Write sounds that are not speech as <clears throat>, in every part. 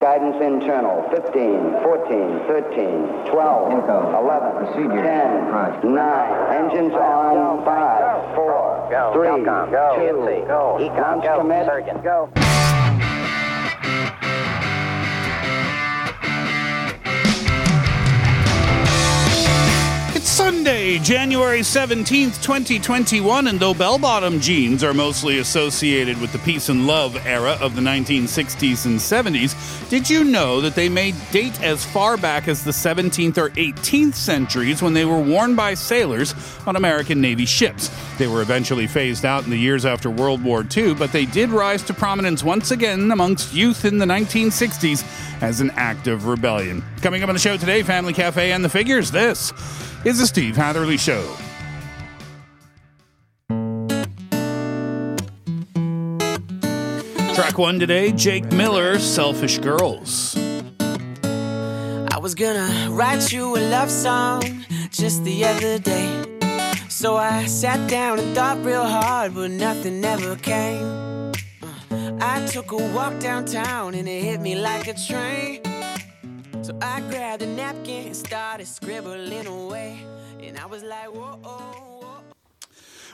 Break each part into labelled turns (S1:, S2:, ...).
S1: Guidance internal, 15, 14, 13, 12,
S2: Info.
S1: 11,
S2: Procedure.
S1: 10,
S2: Right.
S1: 9, engines on, 5, 4,
S3: Go.
S1: 3,
S3: Telcom. Go.
S1: 2,
S3: Ipsy. Go. Econ.
S1: launch
S3: Go.
S1: commit.
S3: Surgeon. Go.
S4: It's Sunday, January 17th, 2021, and though bell bottom jeans are mostly associated with the peace and love era of the 1960s and 70s, did you know that they may date as far back as the 17th or 18th centuries when they were worn by sailors on American Navy ships? They were eventually phased out in the years after World War II, but they did rise to prominence once again amongst youth in the 1960s as an act of rebellion. Coming up on the show today, Family Cafe and the Figures, this is the Steve Hatherley Show. Track one today Jake Miller, Selfish Girls.
S5: I was gonna write you a love song just the other day. So I sat down and thought real hard, but nothing ever came. Uh, I took a walk downtown and it hit me like a train. So I grabbed a napkin and started scribbling away. And I was like, whoa, whoa, whoa.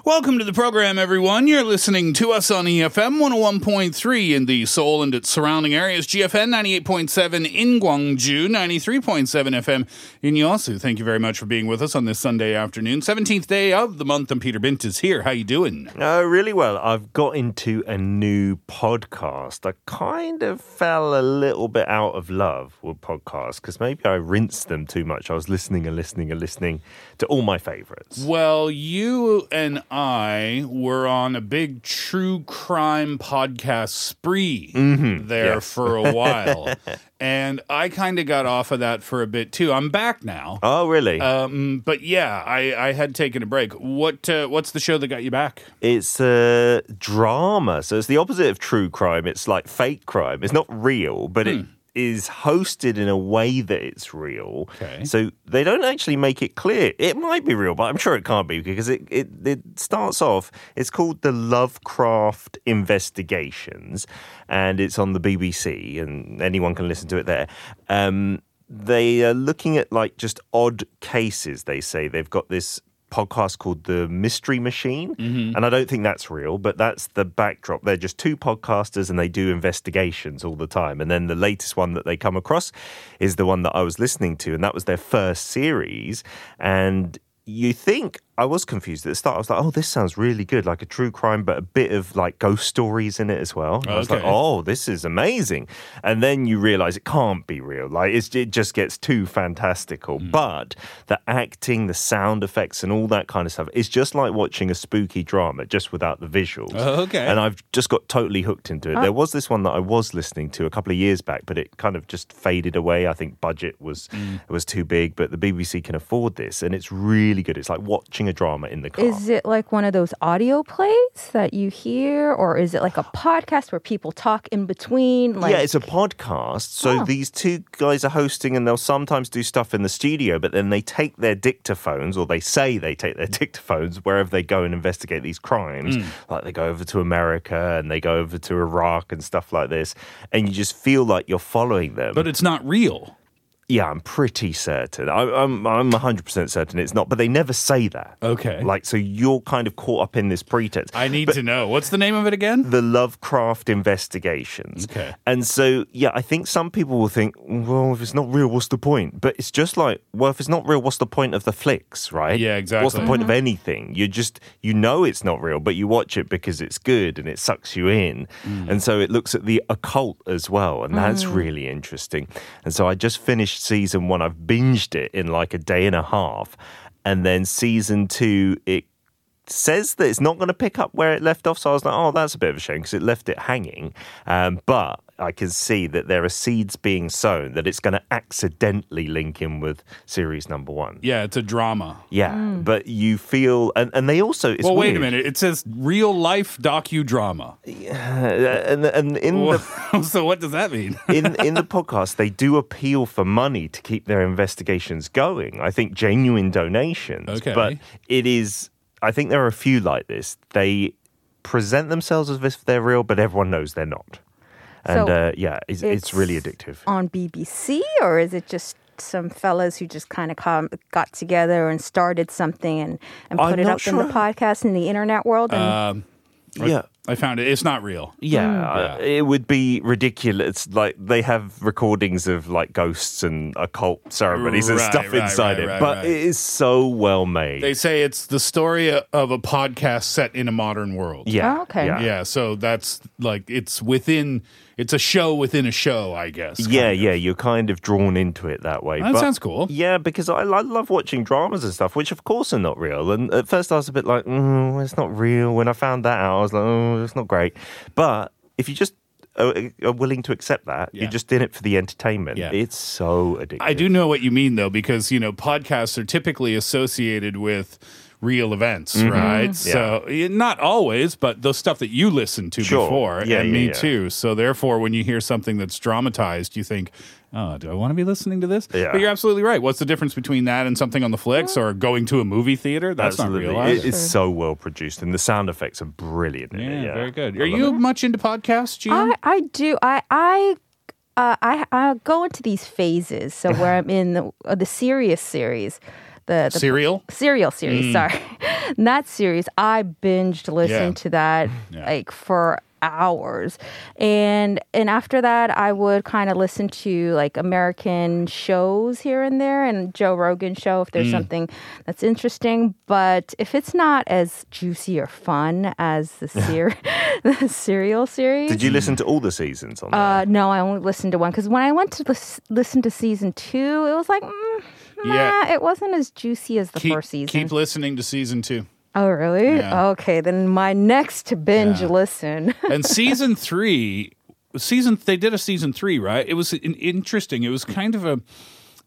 S4: Welcome to the program, everyone. You're listening to us on E EFM 101.3 in the Seoul and its surrounding areas, GFN 98.7 in Gwangju, 93.7 FM in Yosu. Thank you very much for being with us on this Sunday afternoon, 17th day of the month, and Peter Bint is here. How you doing?
S6: Uh, really well. I've got into a new podcast. I kind of fell a little bit out of love with podcasts because maybe I rinsed them too much. I was listening and listening and listening to all my favorites.
S4: Well, you and I were on a big true crime podcast spree
S6: Mm-hmm.
S4: there for a
S6: <laughs>
S4: while. and I kind of got off of that for a bit too. I'm back now.
S6: Oh, really?
S4: Um, but yeah, I, I had taken a break. What uh, what's the show that got you back?
S6: it's a drama. So it's the opposite of true crime. It's like fake crime. It's not real, but it is hosted in a way that it's real.
S4: Okay.
S6: So they don't actually make it clear. It might be real, but I'm sure it can't be because it, it, it starts off, it's called The Lovecraft Investigations, and it's on the BBC, and anyone can listen to it there. Um, they are looking at like just odd cases, they say. They've got this podcast called The Mystery Machine. And I don't think that's real, but that's the backdrop. They're just two podcasters and they do investigations all the time. And then the latest one that they come across is the one that I was listening to, and that was their first series. And you think I was confused at the start. I was like, "Oh, this sounds really good, like a true crime, but a bit of like ghost stories in it as well." I was like,
S4: Okay.
S6: <laughs> "Oh, this is amazing!" And then you realize it can't be real. Like it's, it just gets too fantastical.
S4: Hmm.
S6: But the acting, the sound effects, and all that kind of stuff is just like watching a spooky drama, just without the visuals.
S4: Oh, okay. Ah.
S6: And I've just got totally hooked into it. There was this one that I was listening to a couple of years back, but it kind of just faded away. I think budget was
S4: Hmm.
S6: was too big, but the BBC can afford this, and it's really good. It's like watching a drama in the car.
S7: Is it like one of those audio plays that you hear, or is it like a podcast where people talk in between? Like,
S6: yeah, it's a podcast. So
S4: Ah.
S7: Oh.
S6: these two guys are hosting, and they'll sometimes do stuff in the studio, but then they take their dictaphones, or they say they take their <laughs> dictaphones wherever they go and investigate these crimes.
S4: Hmm.
S6: Like they go over to America and they go over to Iraq and stuff like this, and you just feel like you're following them.
S4: But it's not real.
S6: Yeah, I'm pretty certain. I, I'm I'm 100% certain it's not, but they never say that.
S4: Okay.
S6: Like, so you're kind of caught up in this pretense.
S4: I need
S6: But
S4: to know. What's the name of it again?
S6: The Lovecraft investigations.
S4: Okay.
S6: And so, yeah, I think some people will think, well, if it's not real, what's the point? But it's just like, well, if it's not real, what's the point of the flicks, right?
S4: Yeah,
S6: What's the
S4: exactly.
S6: point of anything? You just, you know it's not real, but you watch it because it's good and it sucks you in.
S4: Mm.
S6: And so it looks at the occult as well. And that's really interesting. And so I just finished season one. I've binged it in like a day and a half. And then season two, it says that it's not going to pick up where it left off. So I was like, oh, that's a bit of a shame because it left it hanging. Um, but I can see that there are seeds being sown that it's going to accidentally link in with series number one.
S4: Yeah, it's a drama.
S6: Yeah, but you feel, and, and they also. It's
S4: well, wait a
S6: weird.
S4: minute. It says real life docudrama.
S6: <laughs> Uh, and and in the
S4: <laughs> so what does that mean?
S6: in in the podcast, they do appeal for money to keep their investigations going. I think genuine donations.
S4: Okay.
S6: But it is I think there are a few like this. They present themselves as if they're real, but everyone knows they're not. And
S7: So
S6: uh, yeah, it's, it's, really addictive.
S7: On BBC, or is it just some fellas who just kind of com- got together and started something and, and
S6: I'm
S7: put it
S6: not
S7: up in the
S6: sure. Uh,
S7: podcast in the internet world? And
S6: yeah.
S4: I found it. It's not real.
S7: Hmm.
S6: Yeah, uh, it would be ridiculous. Like they have recordings of like ghosts and occult ceremonies and
S4: Right,
S6: stuff
S4: right,
S6: inside
S4: right,
S6: it,
S4: right,
S6: but
S4: right.
S6: it is so well made.
S4: They say it's the story of a podcast set in a modern world.
S6: yeah.
S7: Oh, okay.
S6: Yeah.
S4: Yeah, so that's like it's within it's a show within a show, I guess.
S6: Yeah, yeah, you're kind of drawn into it that way.
S4: That sounds cool.
S6: Yeah, because I, I love watching dramas and stuff, which of course are not real. And at first I was a bit like, mm, it's not real. When I found that out, I was like, oh, it's not great. But if you just are, are willing to accept that,
S4: Yeah.
S6: you're just in it for the entertainment.
S4: Yeah.
S6: It's so addictive.
S4: I do know what you mean though, because you know podcasts are typically associated with real events,
S6: Mm-hmm.
S4: right? So y- not always, but the stuff that you listened to
S6: Sure.
S4: before,
S6: Yeah,
S4: and
S6: yeah,
S4: me
S6: yeah.
S4: too. So therefore, when you hear something that's dramatized, you think. Oh, do I want to be listening to this?
S6: Yeah.
S4: But you're absolutely right. What's the difference between that and something on the flicks or going to a movie theater? That's not real.
S6: It
S4: either.
S6: is so well produced, and the sound effects are brilliant. in it,
S4: yeah,
S6: yeah.
S4: very good.
S6: I
S4: Are
S6: love
S4: you
S6: it.
S4: much into podcasts, Gene?
S7: I, I do. I I uh, I I go into these phases. So where I'm in the uh, the serious series, the, the
S4: Serial? Hmm.
S7: serial series. Sorry, <laughs> not series. I binged listened
S4: Yeah.
S7: to that like for hours and and after that i would kind of listen to like american shows here and there and joe rogan show if there's
S4: Hmm.
S7: something that's interesting but if it's not as juicy or fun as
S4: <laughs>
S7: the, ser- <laughs> the serial series
S6: Did you listen to all the seasons on that?
S7: uh, no, I only listened to one because when I went to lis- listen to season two, it was like, mm,
S4: Yeah.
S7: nah, it wasn't as juicy as the
S4: keep,
S7: first season.
S4: keep listening to season
S7: <laughs>
S4: two.
S7: oh, really?
S4: Yeah.
S7: Okay, then my next binge listen. <laughs>
S4: and season three season they did a season three right it was in- interesting it was kind of a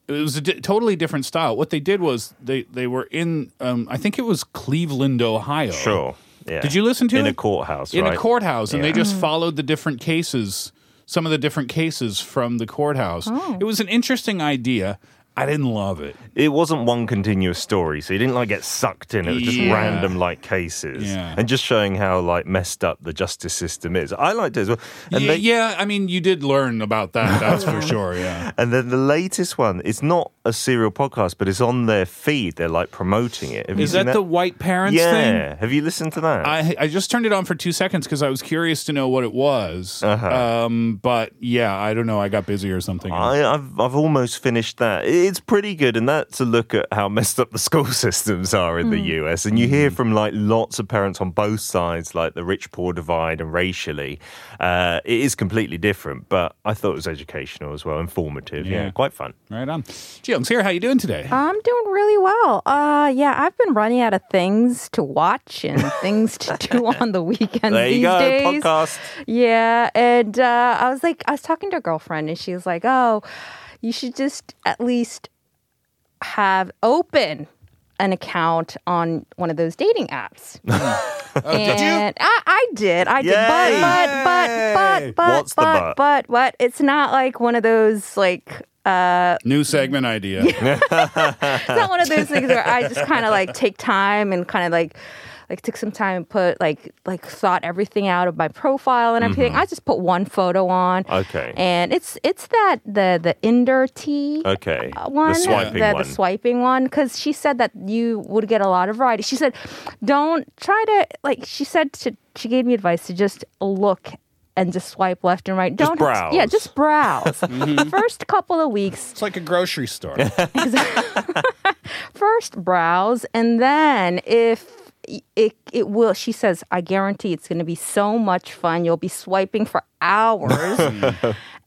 S4: it was a di- totally different style what they did was they they were in um, i think it was cleveland ohio
S6: Sure. Yeah.
S4: did you listen to
S6: in
S4: it
S6: a courthouse?
S4: in a
S6: right?
S4: courthouse and they
S7: Mm.
S4: just followed the different cases some of the different cases from the courthouse
S7: Oh.
S4: it was an interesting idea i didn't love it
S6: It wasn't one continuous story, so you didn't like get sucked in. It was just
S4: Yeah.
S6: random like cases,
S4: Yeah.
S6: and just showing how like messed up the justice system is. I liked it as well.
S4: Y-
S6: And they,
S4: yeah i mean you did learn about that that's
S7: <laughs>
S4: for sure yeah
S6: And then the latest one, it's not a serial podcast, but it's on their feed. They're like promoting it. Have you
S4: is
S6: seen
S4: that the white parents
S6: yeah?
S4: thing
S6: Have you listened to that?
S4: I I just turned it on for two seconds because I was curious to know what it was.
S6: Uh-huh.
S4: Um, but yeah, I don't know. I got busy or something.
S6: I, I've I've almost finished that. It's pretty good, and that's a look at how <laughs> messed up the school systems are in the
S7: Hmm.
S6: US. And you hear from like lots of parents on both sides, like the rich poor divide and racially. Uh, it is completely different, but I thought it was educational as well, informative. Yeah,
S4: Yeah.
S6: quite fun.
S4: right on. Jill, here. How you doing today?
S7: I'm doing really well. Uh, yeah, I've been running out of things to watch and things to
S4: <laughs>
S7: do on the weekends
S6: There
S7: these
S6: you go,
S7: days.
S6: podcast.
S7: Yeah, and uh, I was like, I was talking to a girlfriend, and she was like, "Oh, you should just at least have open an account on one of those dating apps."
S4: did you?
S7: And I, I did, I did,
S6: Yay.
S7: but but but but but
S6: What's the
S7: but,
S6: but?
S7: but what? It's not like one of those like
S4: New segment idea.
S7: <laughs> it's not one of those things where I just kind of like take time and kind of like like took some time and put like like thought everything out of my profile and everything. I just put one photo on.
S6: Mm-hmm. Okay.
S7: And it's it's that the the Inder tea.
S6: Okay,
S7: uh, One,
S6: the swiping
S7: the,
S6: one.
S7: the swiping one, because she said that you would get a lot of variety. She said, "Don't try to like." She said to, she gave me advice to just look and just swipe left and right.
S6: Just
S7: Don't
S6: browse.
S7: yeah,
S6: Mm-hmm. <laughs>
S7: just browse. First couple of weeks,
S4: It's like a grocery store.
S7: <laughs> first browse and then if it it will she says i guarantee it's going to be so much fun you'll be swiping for
S4: <laughs>
S7: hours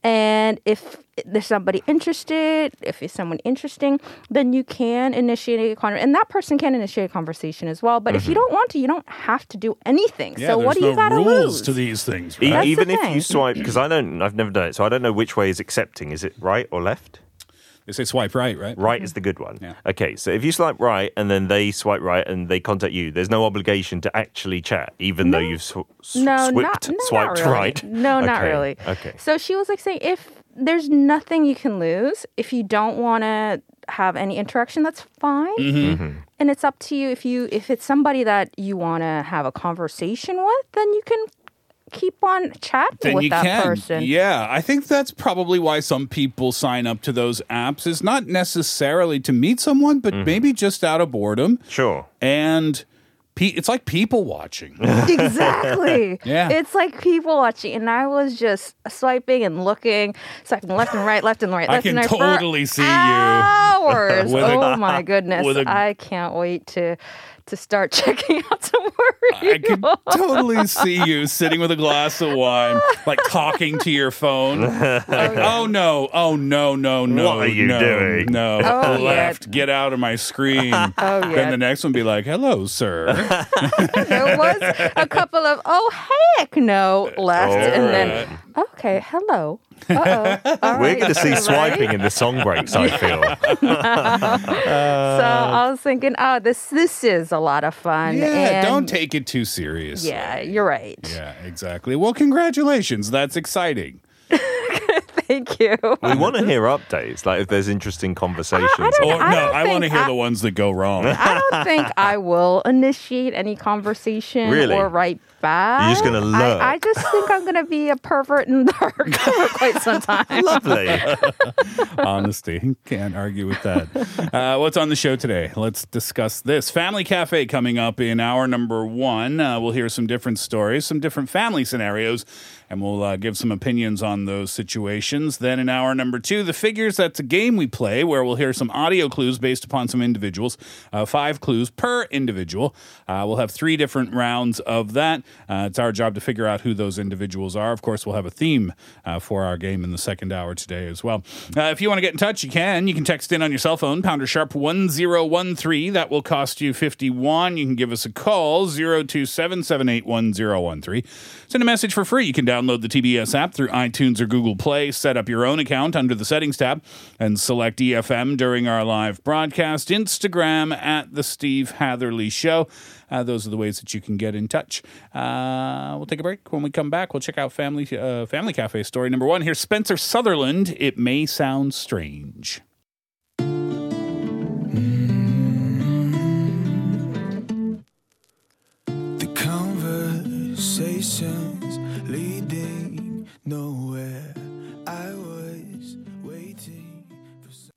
S7: and if there's somebody interested if it's someone interesting then you can initiate a conversation and that person can initiate a conversation as well but if you don't want to you don't have to do anything
S4: Mm-hmm. Yeah,
S7: so
S4: there's
S7: what do
S4: no
S7: you got to
S4: rules
S7: lose
S4: to these things.
S6: E-
S4: Right?
S7: That's the
S6: even if
S7: thing.
S6: you swipe, because I don't, I've never done it, so I don't know which way is accepting. Is it right or left?
S4: They say swipe right, right?
S6: Right
S7: Mm-hmm.
S6: is the good one.
S4: Yeah.
S6: Okay, so if you swipe right and then they swipe right and they contact you, there's no obligation to actually chat, even though you've sw- sw-
S7: no,
S6: swiped,
S7: not, no,
S6: swiped
S7: not really.
S6: right.
S7: No, not
S6: Okay,
S7: really.
S6: Okay.
S7: So she was like saying, if there's nothing you can lose, if you don't want to have any interaction, that's fine. And it's up to you if you if it's somebody that you want to have a conversation with, then you can keep on chatting
S4: then
S7: with
S4: you
S7: that
S4: can.
S7: person.
S4: Yeah, I think that's probably why some people sign up to those apps. Is not necessarily to meet someone,
S6: Mm-hmm.
S4: but maybe just out of boredom.
S6: Sure.
S4: And pe- it's like people watching.
S7: Exactly.
S4: <laughs> Yeah.
S7: It's like people watching, and I was just swiping and looking, swiping left and right, left and right,
S4: I
S7: left and
S4: can
S7: right. for
S4: totally see you.
S7: Hours.
S4: <laughs> With a-
S7: oh my goodness!
S4: with a-
S7: I I can't wait to to start <laughs> checking out some more. <laughs>
S4: I <laughs> could totally see you sitting with a glass of wine, like talking to your
S7: <laughs>
S4: phone. Like, oh no, oh no, no, no.
S6: What are you
S4: no,
S6: doing?"
S4: No,
S7: <laughs> Oh, yeah.
S4: left, get out of my
S7: <laughs>
S4: screen.
S7: Oh
S4: Then
S7: yeah,
S4: the next one be like, hello, sir.
S7: there was a couple of oh heck
S4: <laughs>
S7: no left, and then okay hello.
S4: <laughs>
S7: Uh oh.
S6: We're going to see
S7: <laughs> right?
S6: swiping in the song breaks, I feel.
S7: So I was thinking, oh, this this is a lot of fun.
S4: Uh, yeah,
S7: <laughs> and
S4: don't take it too serious.
S7: Yeah, you're right.
S4: Yeah, exactly. Well, congratulations. That's exciting.
S7: Thank you.
S6: we want to hear updates, like if there's interesting conversations.
S4: Or
S7: I
S4: Oh, no,
S7: don't
S4: I want to
S7: think
S4: hear
S7: I-
S4: the ones that go wrong.
S7: I don't
S6: <laughs>
S7: think I will initiate any conversation
S6: Really?
S7: or write back.
S6: You're just gonna lurk.
S7: I, I just think I'm gonna be a pervert and lurk <laughs> for
S6: <laughs>
S7: quite some time.
S6: Lovely.
S4: Honesty. <laughs> Can't argue with that. Uh, what's on the show today? Let's discuss this. Family Cafe coming up in hour number one. Uh, we'll hear some different stories, some different family scenarios, and we'll uh, give some opinions on those situations. Then in hour number two, the figures. That's a game we play where we'll hear some audio clues based upon some individuals, uh, five clues per individual. Uh, we'll have three different rounds of that. Uh, it's our job to figure out who those individuals are. Of course, we'll have a theme uh, for our game in the second hour today as well. Uh, if you want to get in touch, you can. You can text in on your cell phone, pounder sharp 1013. That will cost you 51. You can give us a call, 027 781 Send a message for free. You can download the TBS app through iTunes or Google Play. Set up your own account under the settings tab and select EFM during our live broadcast. Instagram at The Steve Hatherley Show. Uh, those are the ways that you can get in touch. Uh, we'll take a break. When we come back, we'll check out Family, uh, family Cafe story number one. Here's Spencer Sutherland. It may sound strange.
S2: The conversations leading nowhere. I was waiting for. some-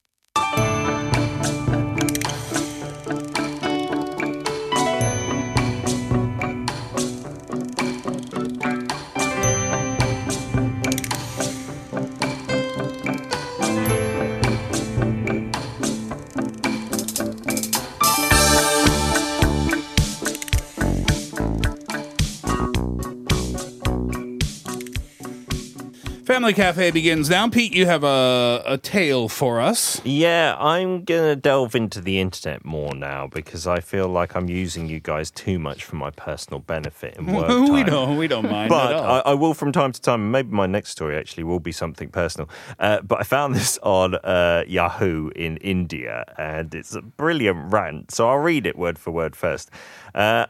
S4: Family Cafe begins now. Pete, you have a, a tale for us.
S6: Yeah, I'm going to delve into the internet more now because I feel like I'm using you guys too much for my personal benefit and
S7: <laughs>
S6: work
S4: <laughs>
S6: time.
S4: we don't we don't mind
S6: But
S4: at all.
S6: I, I will from time to time. and Maybe my next story actually will be something personal. Uh, but I found this on uh, Yahoo in India, and it's a brilliant rant. So I'll read it word for word first. Uh,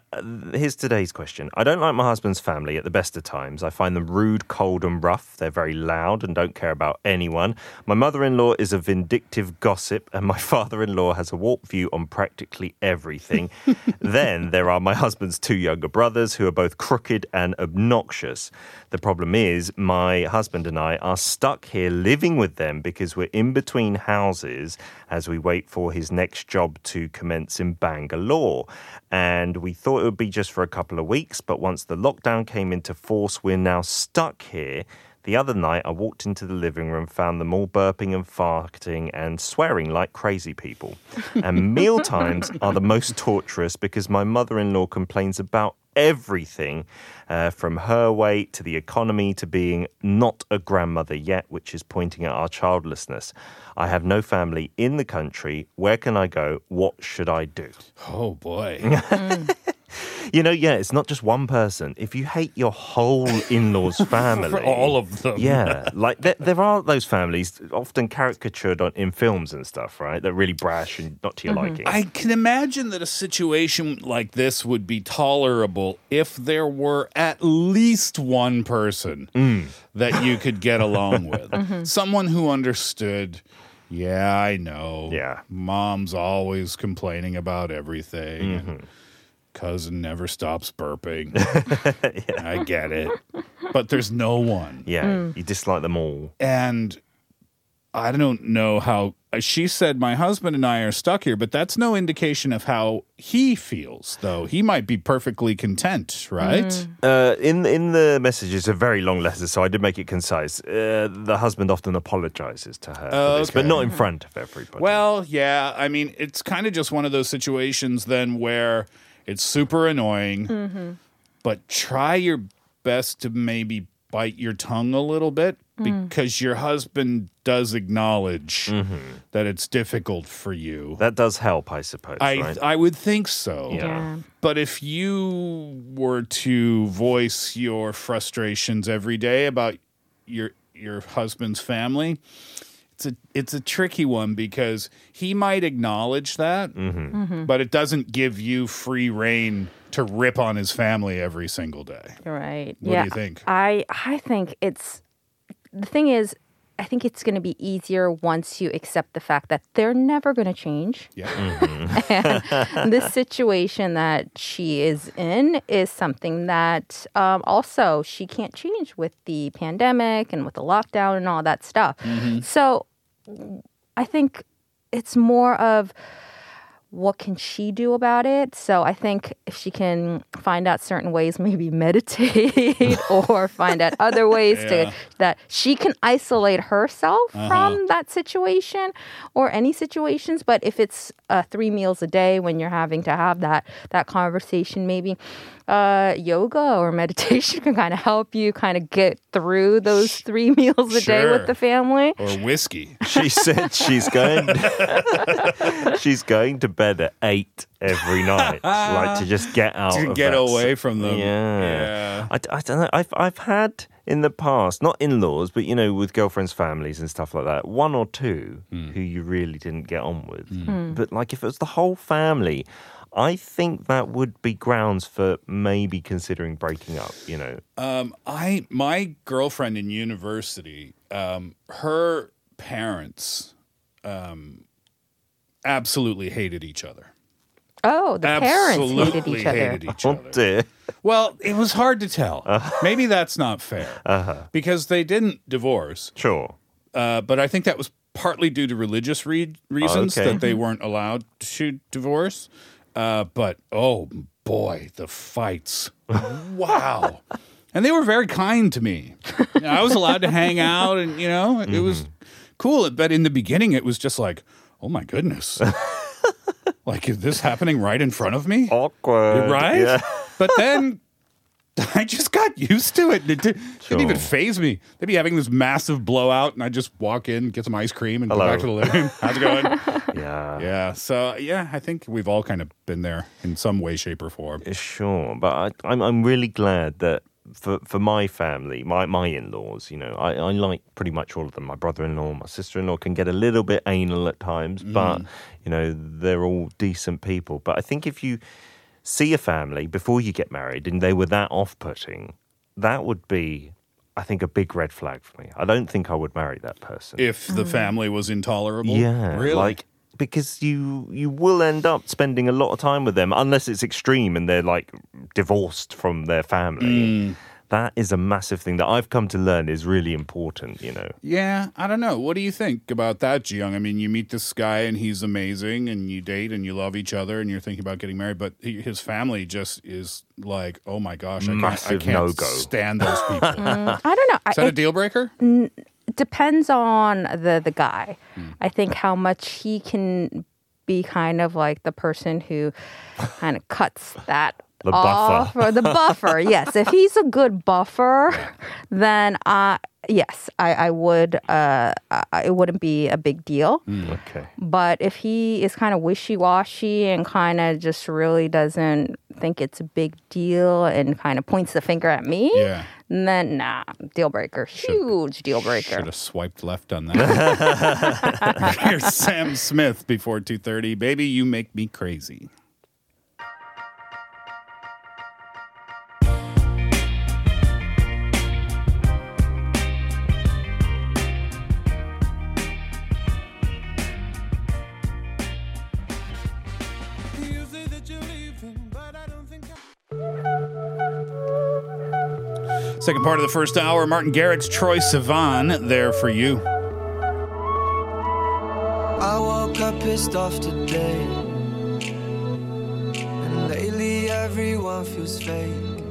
S6: here's today's question I don't like my husband's family at the best of times. I find them rude, cold, and rough. They're very loud and don't care about anyone. My mother in law is a vindictive gossip, and my <laughs> father in law has a warped view on practically everything. <laughs> then there are my husband's two younger brothers who are both crooked and obnoxious. The problem is, my husband and I are stuck here living with them because we're in between houses as we wait for his next job to commence in Bangalore. And we thought it would be just for a couple of weeks, but once the lockdown came into force, we're now stuck here. The other night, I walked into the living room, found them all burping and farting and swearing like crazy people.
S4: <laughs>
S6: And meal times are the most torturous because my mother in law complains about everything uh, from her weight to the economy to being not a grandmother yet, which is pointing at our childlessness. I have no family in the country. Where can I go? What should I do?
S4: oh boy.
S6: You know, yeah, it's not just one person. If you hate your whole in law's
S4: <laughs>
S6: family,
S4: For <laughs> all of them.
S6: yeah, like there, there are those families often caricatured on, in films and stuff, right? They're really brash and not to your liking.
S4: I can imagine that a situation like this would be tolerable if there were at least one person that you could get along with. Someone who understood, yeah, I know.
S6: Yeah.
S4: Mom's always complaining about everything. and cousin never stops burping. I get it. But there's no one.
S6: Yeah, you dislike them all.
S4: And I don't know how she said my husband and I are stuck here, but that's no indication of how he feels though. He might be perfectly content, right?
S6: Uh, in in the message, it's a very long letter, so I did make it concise. Uh, the husband often apologizes to her,
S4: Oh,
S6: for this, but
S4: okay.
S6: not in front of everybody.
S4: Well, yeah. I mean, it's kind of just one of those situations then where it's super annoying, but try your best to maybe bite your tongue a little bit because your husband does acknowledge that it's difficult for you.
S6: that does help, I suppose.
S4: I
S6: right?
S4: I would think so.
S7: Yeah.
S4: But if you were to voice your frustrations every day about your your husband's family, it's a it's a tricky one because he might acknowledge that, but it doesn't give you free reign to rip on his family every single day.
S7: You're right.
S4: What do
S7: yeah.
S4: you think?
S7: I I think it's the thing is I think it's going to be easier once you accept the fact that they're never going to change. <laughs>
S4: Yeah.
S7: this situation that she is in is something that um, also she can't change with the pandemic and with the lockdown and all that stuff.
S4: Mm-hmm.
S7: So I think it's more of what can she do about it? So I think if she can find out certain ways, <laughs>
S4: <laughs>
S7: maybe meditate or find out other ways
S4: Yeah. Uh-huh.
S7: to that she can isolate herself from that situation or any situations. But if it's uh, three meals a day when you're having to have that that conversation, maybe uh, yoga or <laughs> meditation can kind of help you kind of get through those three meals a day
S4: Sure.
S7: with the family.
S4: Or whiskey.
S6: she said she's going. <laughs> she's going to bed at eight every night, like to just get out,
S4: To
S6: of
S4: get
S6: that
S4: away from them.
S6: Yeah.
S4: Yeah.
S6: I, I don't know. I've, I've had in the past, not in laws, but you know, with girlfriends' families and stuff like that, one or two
S4: Hmm.
S6: who you really didn't get on with. But like if it was the whole family, I think that would be grounds for maybe considering breaking up, you know.
S4: Um, I my girlfriend in university, um, her parents, um, absolutely hated each other.
S7: Oh, the parents
S4: absolutely
S7: hated each other. Uh-huh.
S4: hated each
S7: <laughs>
S6: Oh
S4: other.
S6: dear.
S4: Well, it was hard to tell. Maybe that's not fair
S7: Uh-huh.
S4: because they didn't divorce,
S6: Sure.
S4: uh, but I think that was partly due to religious re- reasons
S6: Okay.
S4: that they weren't allowed to divorce. Uh, but oh boy, the fights! Wow. And they were very kind to me. You know, I was allowed to hang out, and you know, it was cool. But in the beginning, it was just like, oh my goodness, like is this happening right in front of me?
S6: Oh, Awkward.
S4: right?
S6: Yeah.
S4: <laughs> But then I just got used to it. and It did,
S6: Sure.
S4: not even phase me. They'd be having this massive blowout, and I just walk in, get some ice cream, and go
S6: Hello.
S4: back to the living
S6: <laughs>
S4: room. How's it going?
S6: Yeah.
S4: yeah. So yeah, I think we've all kind of been there in some way, shape, or form.
S6: Sure, but I, I'm I'm really glad that for for my family, my my in-laws, you know, I, I like pretty much all of them. My brother-in-law, my sister-in-law can get a little bit anal at times, but you know they're all decent people. But I think if you see a family before you get married and they were that off-putting, that would be, I think, a big red flag for me. I don't think I would marry that person.
S4: If the family was intolerable,
S6: Yeah,
S4: really.
S6: like because you you will end up spending a lot of time with them unless it's extreme and they're like divorced from their family. That is a massive thing that I've come to learn is really important. You know,
S4: yeah, I don't know. What do you think about that, Jiyoung? I mean, you meet this guy and he's amazing, and you date and you love each other, and you're thinking about getting married, but he, his family just is like, oh my gosh, I can't, I
S6: Massive
S4: can't
S6: no-go.
S4: stand those people.
S7: I don't know. I,
S4: Is that a
S7: it-
S4: deal breaker?
S7: depends on the the guy. I think how much he can be kind of like the person who kind of cuts that
S6: The
S7: off or the buffer. yes, if he's a good buffer, then uh yes, I I would uh I, I- it wouldn't be a big deal.
S6: okay,
S7: But if he is kind of wishy washy and kind of just really doesn't think it's a big deal and kind of points the finger at me,
S4: Yeah.
S7: then nah, deal breaker, huge deal breaker.
S4: Should have swiped left on that.
S7: <laughs>
S4: Here's Sam Smith before 2:30. Baby, you make me crazy.
S2: You say that you're leaving, but I don't think.
S4: Second part of the first hour, Martin Garrix, Troy Sivan, there for you.
S2: I woke up pissed off today. And lately everyone feels fake.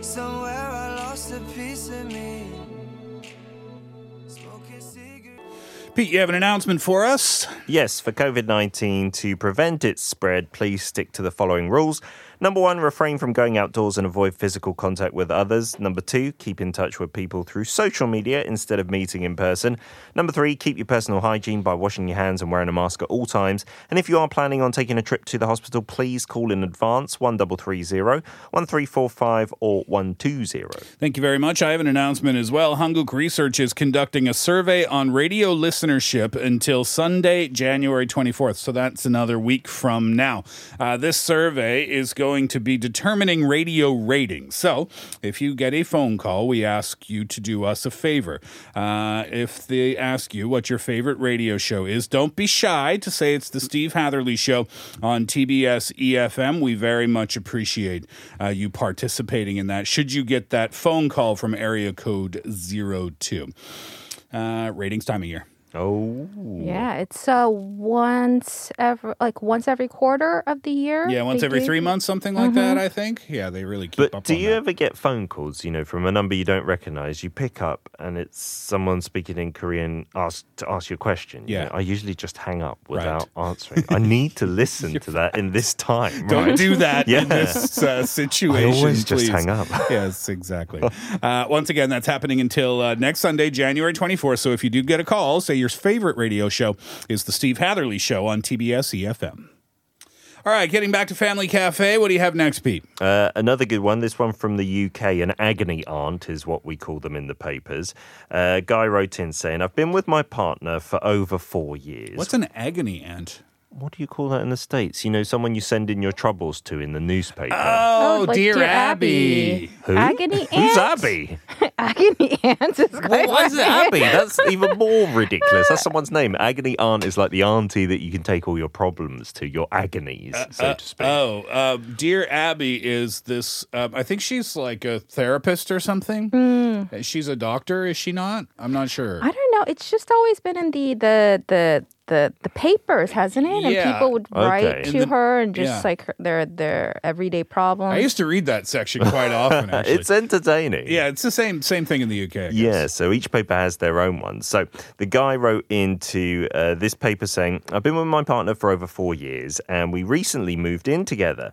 S2: Somewhere I lost a piece of me. Smoking cigarettes.
S4: Pete, you have an announcement for us?
S6: Yes, for COVID 19, to prevent its spread, please stick to the following rules. Number one, refrain from going outdoors and avoid physical contact with others. Number two, keep in touch with people through social media instead of meeting in person. Number three, keep your personal hygiene by washing your hands and wearing a mask at all times. And if you are planning on taking a trip to the hospital, please call in advance 1330 1345 or 120.
S4: Thank you very much. I have an announcement as well. Hanguk Research is conducting a survey on radio listenership until Sunday, January 24th. So that's another week from now. Uh, this survey is going to be determining radio ratings. So if you get a phone call, we ask you to do us a favor. Uh, if they ask you what your favorite radio show is, don't be shy to say it's the Steve Hatherley Show on TBS EFM. E We very much appreciate uh, you participating in that. Should you get that phone call from area code 02. Uh, ratings time of year.
S6: Oh.
S7: Yeah, it's uh once every like once every quarter of the year.
S4: Yeah, once
S7: they
S4: every
S7: give
S4: three
S7: you- Mm-hmm.
S4: months, something like that, I think. Yeah, they really keep
S6: But
S4: up
S6: do
S4: on
S6: you
S4: that.
S6: ever get phone calls, you know, from a number you don't recognize? You pick up and it's someone speaking in Korean ask to ask you a question. you
S4: Yeah.
S6: know? I usually just hang up
S4: <laughs>
S6: without answering. I need to listen to that in this time.
S4: Don't
S6: right?
S4: do that
S6: Yeah.
S4: in this uh, situation.
S6: just
S4: please.
S6: hang up.
S4: <laughs> yes, exactly. Uh, once again, that's happening until uh, next Sunday, January 24th. So if you do get a call, say your favorite radio show is The Steve Hatherley Show on TBS EFM. E All right, getting back to Family Cafe, what do you have next, Pete?
S6: Uh, another good one, this one from the UK, an agony aunt is what we call them in the papers. Uh, guy wrote in saying, I've been with my partner for over four years.
S4: What's an agony ant?
S6: what do you call that in the States? You know, someone you send in your troubles to in the newspaper.
S4: Oh,
S7: like
S4: dear,
S7: Dear
S4: Abby.
S7: Abby.
S6: Who?
S7: Agony
S4: <laughs>
S6: Who's
S7: aunt?
S6: Abby?
S7: <laughs> Agony ants is
S6: Well,
S7: quite
S6: why is it Abby? That's even more ridiculous. That's someone's name. Agony aunt is like the auntie that you can take all your problems to, your agonies, so to speak.
S4: Oh, uh, dear Abby is this. Um, I think she's like a therapist or something. Uh, She's a doctor, is she not? I'm not sure.
S7: I don't know. It's just always been in the the the the, the papers, hasn't it? And
S4: Yeah.
S7: people would
S6: Okay.
S7: write
S4: In
S7: to
S4: the-
S7: her and just
S4: yeah.
S7: like her, their their everyday problems.
S4: I used to read that section quite often. Actually,
S6: Uh, it's entertaining.
S4: yeah, it's the same same thing in the UK. I guess.
S6: Yeah, so each paper has their own one. So the guy wrote into uh, this paper saying, I've been with my partner for over four years and we recently moved in together.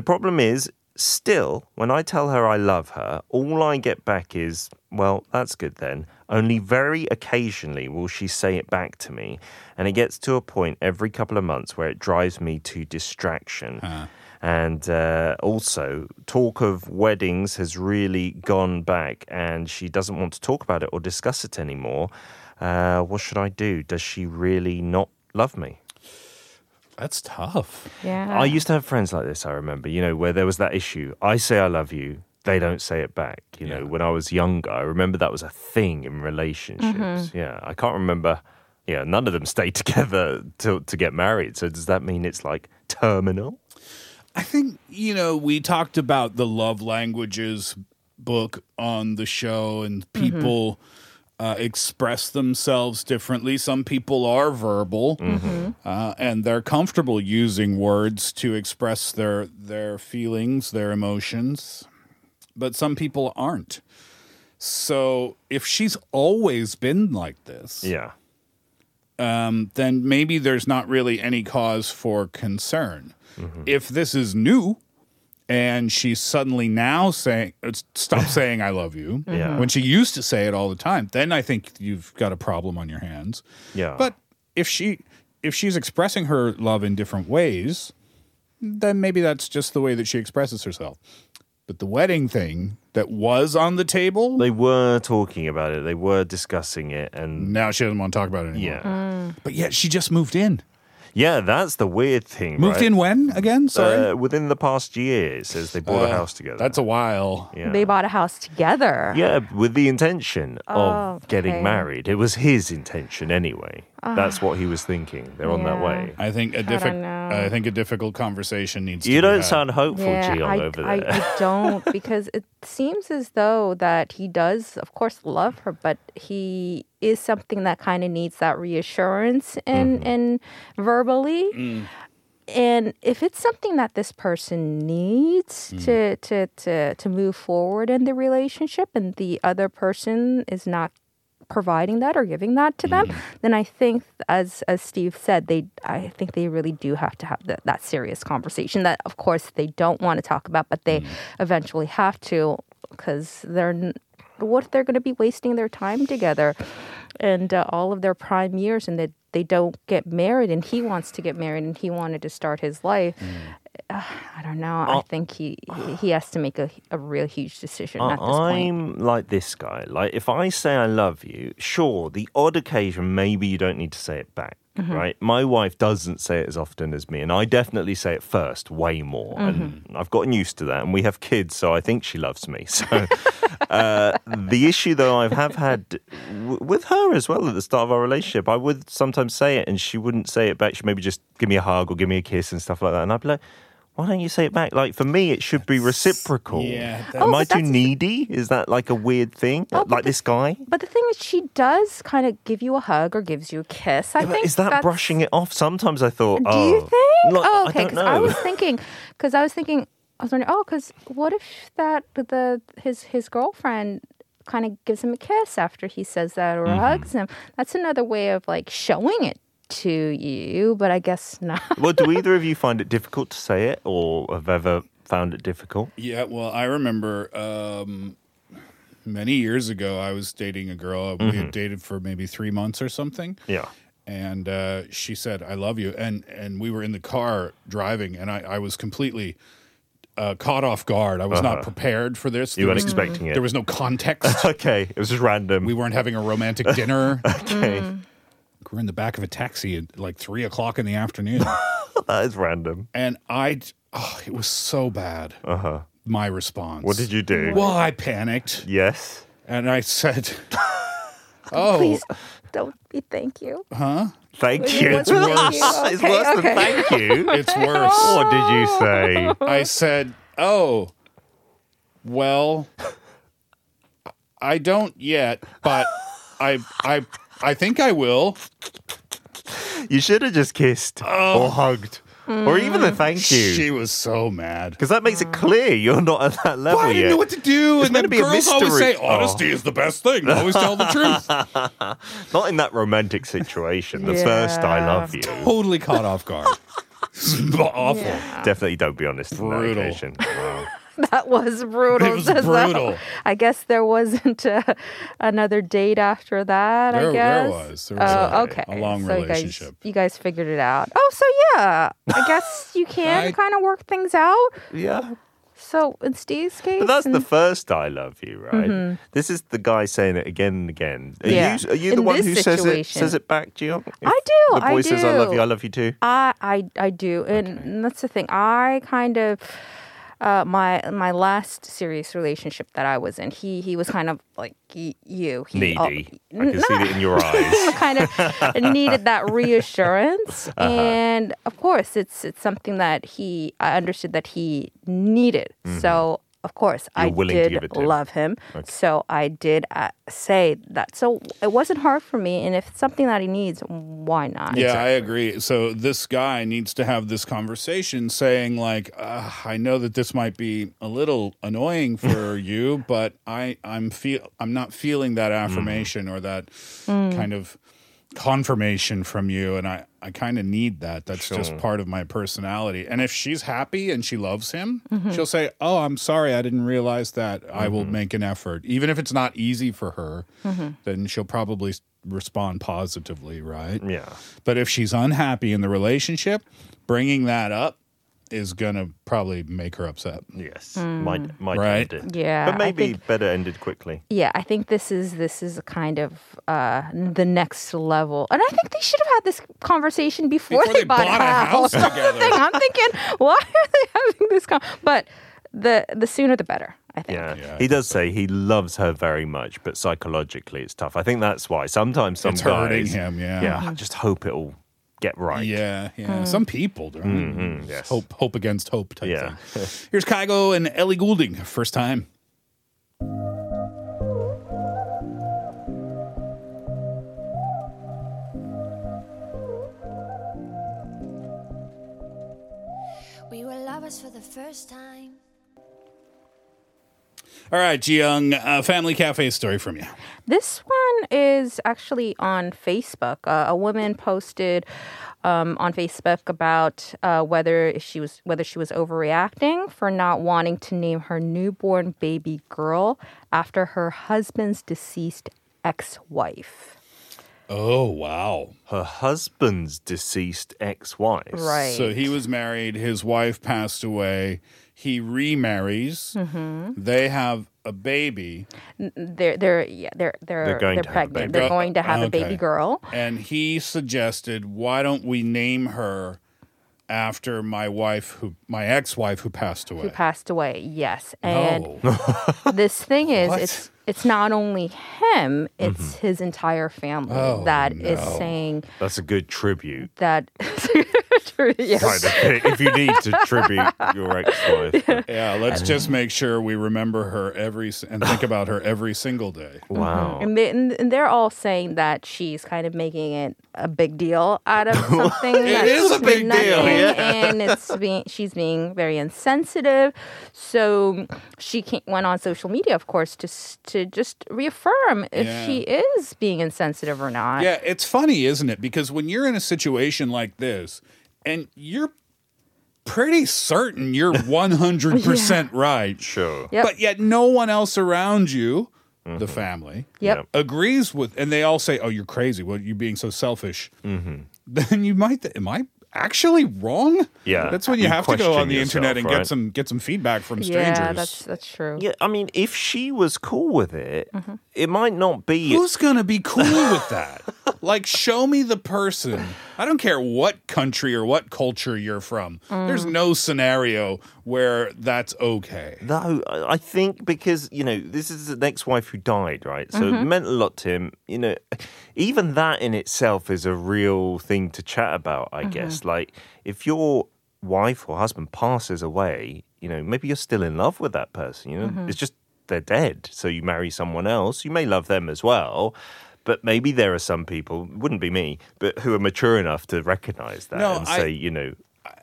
S6: The problem is, still, when I tell her I love her, all I get back is, well, that's good then. Only very occasionally will she say it back to me. And it gets to a point every couple of months where it drives me to distraction. And uh, also, talk of weddings has really gone back, and she doesn't want to talk about it or discuss it anymore. Uh, what should I do? Does she really not love me?
S4: that's tough.
S7: yeah.
S6: I used to have friends like this, I remember, you know, where there was that issue. I say I love you, they don't say it back. You know, when I was younger, I remember that was a thing in relationships. Yeah, I can't remember. Yeah, none of them <laughs> stayed together to, to get married. So does that mean it's like terminal?
S4: I think you know we talked about the love languages book on the show, and people uh, express themselves differently. Some people are verbal, uh, and they're comfortable using words to express their their feelings, their emotions, but some people aren't. So if she's always been like this,
S6: Yeah.
S4: then maybe there's not really any cause for concern. If this is new and she's suddenly now saying, uh,
S6: <laughs>
S4: stop saying I love you,
S6: Yeah.
S4: when she used to say it all the time, then I think you've got a problem on your hands.
S6: Yeah.
S4: But if she if she's expressing her love in different ways, then maybe that's just the way that she expresses herself. But the wedding thing that was on the table,
S6: They were talking about it. They were discussing it, and
S4: Mm.
S7: Mm.
S4: now she doesn't want to talk about it anymore.
S6: yeah,
S4: But yet she just moved in.
S6: Yeah, that's the weird thing.
S4: Moved
S6: right?
S4: in when again? Sorry.
S6: Uh, within the past year, it says they bought a
S4: Uh,
S6: house together.
S4: That's a while.
S6: yeah.
S7: They bought a house together.
S6: Yeah, with the intention of
S7: Oh,
S6: getting
S7: okay. Ah.
S6: married. It was his intention anyway. That's what he was thinking. They're on that
S7: Yeah.
S6: way.
S4: I think a difficult.
S7: know.
S4: I think a difficult conversation needs. to
S6: You
S4: be
S6: don't
S4: had.
S6: sound hopeful,
S7: Yeah,
S6: Gion,
S7: I,
S6: over
S7: I,
S6: there. <laughs>
S7: I don't because it seems as though that he does, of course, love her, but he is something that kind of needs that reassurance and
S6: Mm-hmm.
S7: and verbally.
S6: Mm.
S7: And if it's something that this person needs
S6: Mm.
S7: to, to to to move forward in the relationship, and the other person is not providing that or giving that to them, then I think, as as Steve said, they I think they really do have to have that that serious conversation that, of course, they don't want to talk about, but they eventually have to because they're n- what if they're going to be wasting their time together and uh, all of their prime years, and that they don't get married, and he wants to get married, and he wanted to start his life. Uh, <sighs> I don't know. I think he he- he has to make a, a real huge decision at this
S6: Uh,
S7: point.
S6: I'm like this guy. Like, if I say I love you, sure, the odd occasion, maybe you don't need to say it back,
S7: Mm-hmm.
S6: right? My wife doesn't say it as often as me, and I definitely say it first way more.
S7: Mm-hmm.
S6: And I've gotten used to that, and we have kids, so I think she loves me. So, <laughs> uh, the issue, though, I have had w- with her as well at the start of our relationship, I would sometimes say it, and she wouldn't say it back. She'd maybe just give me a hug or give me a kiss and stuff like that. And I'd be like, why don't you say it back? Like for me, it should be reciprocal.
S4: yeah, that's-
S6: Am
S7: Oh,
S6: I
S7: but
S6: too
S7: that's-
S6: needy? Is that like a weird thing?
S7: Oh, but
S6: like
S7: the-
S6: this guy?
S7: But the thing is, she does kind of give you a hug or gives you a kiss. I
S6: Yeah, but
S7: think
S6: is that
S7: that's-
S6: brushing it off? Sometimes I thought,
S7: Do
S6: oh,
S7: you think?
S6: Like,
S7: oh,
S6: I
S7: okay.
S6: don't
S7: Because
S6: know.
S7: I, was thinking, because I was thinking, I was wondering, oh, because what if that the his his girlfriend kind of gives him a kiss after he says that or
S6: Mm-hmm.
S7: hugs him? That's another way of like showing it to you. But I guess not.
S6: <laughs> well, do either of you find it difficult to say it, or have ever found it difficult?
S4: Yeah, well, I remember um, many years ago, I was dating a girl. We had dated for maybe three months or something.
S6: Mm-hmm. Yeah.
S4: And uh, she said, I love you. And, and we were in the car driving, and I, I was completely uh, caught off guard. I was not prepared for this.
S6: Uh-huh. You
S4: There
S6: weren't
S4: was-
S6: expecting it.
S4: There was no context.
S6: <laughs> Okay, it was just random.
S4: we weren't having a romantic dinner.
S6: <laughs> okay,
S4: we're in the back of a taxi at like three o'clock in the afternoon.
S6: <laughs> that is random.
S4: and I, oh, it was so bad. Uh huh. My response.
S6: Uh-huh. What did you do?
S4: Well, I panicked.
S6: Yes.
S4: And I <laughs> said, Oh,
S7: Please don't be. Thank you.
S6: Thank
S7: It
S6: you.
S7: was It's worse. thank
S6: <laughs>
S7: you.
S6: it's worse
S7: Okay, okay. Oh.
S6: than thank
S7: <laughs>
S6: you.
S4: it's worse. <laughs>
S6: what did you say?
S4: I said, Oh, well, I don't yet, but I, I, I think I will.
S6: You should have just kissed or hugged or even the thank you.
S4: Oh. She was so mad.
S6: Because that makes it
S7: Hmm.
S6: clear you're not at that level
S4: Well, I
S6: yet.
S4: didn't know what to do.
S6: It's
S4: and then
S6: meant to be a
S4: girls always
S6: mystery.
S4: say, honesty is the best thing. Always tell the
S6: <laughs>
S4: truth.
S6: Not in that romantic situation. The
S7: Yeah.
S6: first I love you.
S4: totally caught off <laughs> guard. awful.
S6: Definitely don't be honest in
S4: Brutal.
S6: that occasion. Wow.
S4: <laughs>
S7: That was brutal.
S4: was
S7: So-
S4: brutal.
S7: I guess there wasn't uh another date after that.
S4: There- there
S7: I guess
S4: was. There was
S7: oh,
S4: a-
S7: okay.
S4: a long
S7: so
S4: relationship.
S7: You guys, you guys figured it out. Oh, so yeah. I
S4: <laughs>
S7: guess you can
S4: I-
S7: kind of work things out.
S6: yeah.
S7: So in Steve's case,
S6: But that's the
S7: and-
S6: first I love you, right? This is the guy saying it again and again. Are
S7: Mm-hmm. Yeah.
S6: you, are you the
S7: In
S6: one
S7: this
S6: who says it
S7: situation.
S6: says it back, Gio? If
S7: I do,
S6: The boy
S7: I
S6: says I love
S7: do.
S6: you, I love you too.
S7: I I I do, and and that's the thing. I kind of uh, my my last serious relationship that I was in, he he was kind of like y- you, he, oh,
S6: Needy.
S7: al-
S6: I can see
S7: not-
S6: it in
S7: <laughs>
S6: your eyes.
S7: kind of needed that
S6: <laughs>
S7: reassurance
S6: Uh-huh.
S7: and of course it's it's something that he I understood that he needed so of course I
S6: Mm-hmm. You're willing to
S7: did
S6: give it to him.
S7: love him so I did uh, say that so it wasn't hard for me and if it's something that he needs why not
S4: Yeah, I agree. So this guy needs to have this conversation saying like, "Ugh, I know that this might be a little annoying for you, but I I'm feel I'm not feeling that affirmation or that kind of confirmation from you and I I kind of need that. That's just part of my personality. And if she's happy and she loves him, she'll say, "Oh, I'm sorry, I didn't realize that. I will make an effort." Even if it's not easy for her, then she'll probably s- respond positively, right?
S6: yeah.
S4: But if she's unhappy in the relationship, bringing that up is gonna probably make her upset.
S6: Yes, might might
S4: Right.
S6: end it.
S7: Hmm. Yeah,
S6: but
S7: I
S6: maybe
S7: think-
S6: better ended quickly.
S7: Yeah, I think this is this is a kind of uh, the next level, and I think they should have had this conversation before,
S4: Before they
S7: bought,
S4: bought
S7: a
S4: a
S7: house. <laughs>
S4: house
S7: That's the
S4: together.
S7: thing. I'm thinking, why are they having this? Con- but the the sooner the better. I think.
S6: Yeah.
S4: Yeah, I
S6: he does say he loves her very much, but psychologically it's tough. I think that's why sometimes some
S4: It's
S6: guys,
S4: hurting him, yeah.
S6: yeah, I just hope it'll get right.
S4: Yeah, yeah. Some people do.
S6: Mm-hmm, yes.
S4: Hope, hope against hope type
S6: Yeah.
S4: thing. <laughs> Here's Kygo and Ellie Goulding, first time.
S3: We were lovers for the first time.
S4: All right, Jiyoung, uh, family cafe story from you.
S7: This one is actually on Facebook. Uh, a woman posted um, on Facebook about uh, whether she was whether she was overreacting for not wanting to name her newborn baby girl after her husband's deceased ex-wife.
S4: Oh wow!
S6: Her husband's deceased ex-wife.
S7: Right.
S4: So he was married. His wife passed away. He remarries. They have a baby,
S7: They're they're yeah they're
S6: They're
S7: they're they're,
S6: going to have a
S7: pregnant.
S6: baby
S7: They're
S4: girl.
S7: going to have a
S4: Uh, Okay.
S7: baby girl.
S4: and he suggested, "Why don't we name her after my wife, who my ex-wife, who passed away?"
S7: who passed away. Yes, and
S4: oh,
S7: this
S6: <laughs>
S7: thing is
S4: What?
S7: it's it's not only him; it's
S6: Mm-hmm.
S7: his entire family
S4: Oh,
S7: that is
S4: no.
S7: saying
S6: That's a good tribute.
S7: that. <laughs> yes.
S6: Kind of thing. if you need to tribute your ex-wife. but-
S4: yeah. Let's just make sure we remember her every s- and think about her every single day.
S6: Wow.
S7: And, they, and and they're all saying that she's kind of making it a big deal
S4: <laughs>
S7: out of something. it
S4: is a big deal,
S7: yeah. and it's being she's being very insensitive. So she came, went on social media, of course, to s- to just reaffirm if
S4: Yeah.
S7: she is being insensitive or not.
S4: Yeah, it's funny, isn't it? Because when you're in a situation like this and you're pretty certain
S7: <laughs>
S4: you're 100% right,
S6: Sure. Mm-hmm.
S7: Yep.
S4: but yet no one else around you, the family,
S7: Yep.
S6: Yep.
S4: agrees with, and they all say, Oh, you're crazy. Well, you're being so selfish.
S6: Mm-hmm.
S4: Then you might, th- am I? Actually, wrong.
S6: Yeah,
S4: that's when you,
S6: you
S4: have to go
S6: question
S4: on the internet
S6: yourself,
S4: and get
S6: right?
S4: some get some feedback from strangers.
S7: Yeah, that's that's true.
S6: Yeah, I mean, if she was cool with it, it might not be.
S4: Who's gonna be cool with
S6: <laughs>
S4: that? Like, show me the person. I don't care what country or what culture you're from. There's
S7: Mm.
S4: no scenario where that's okay.
S6: No, I I think because you know this is the ex-wife who died, right? So
S4: Mm-hmm.
S6: it meant a lot to him. You know, even that in itself is a real thing to chat about. I
S4: Mm-hmm.
S6: guess like if your wife or husband passes away, you know, maybe you're still in love with that person. You know,
S4: Mm-hmm.
S6: it's just they're dead. So you marry someone else. You may love them as well. But maybe there are some people, wouldn't be me, but who are mature enough to recognize that
S4: No,
S6: and
S4: I-
S6: say, you know,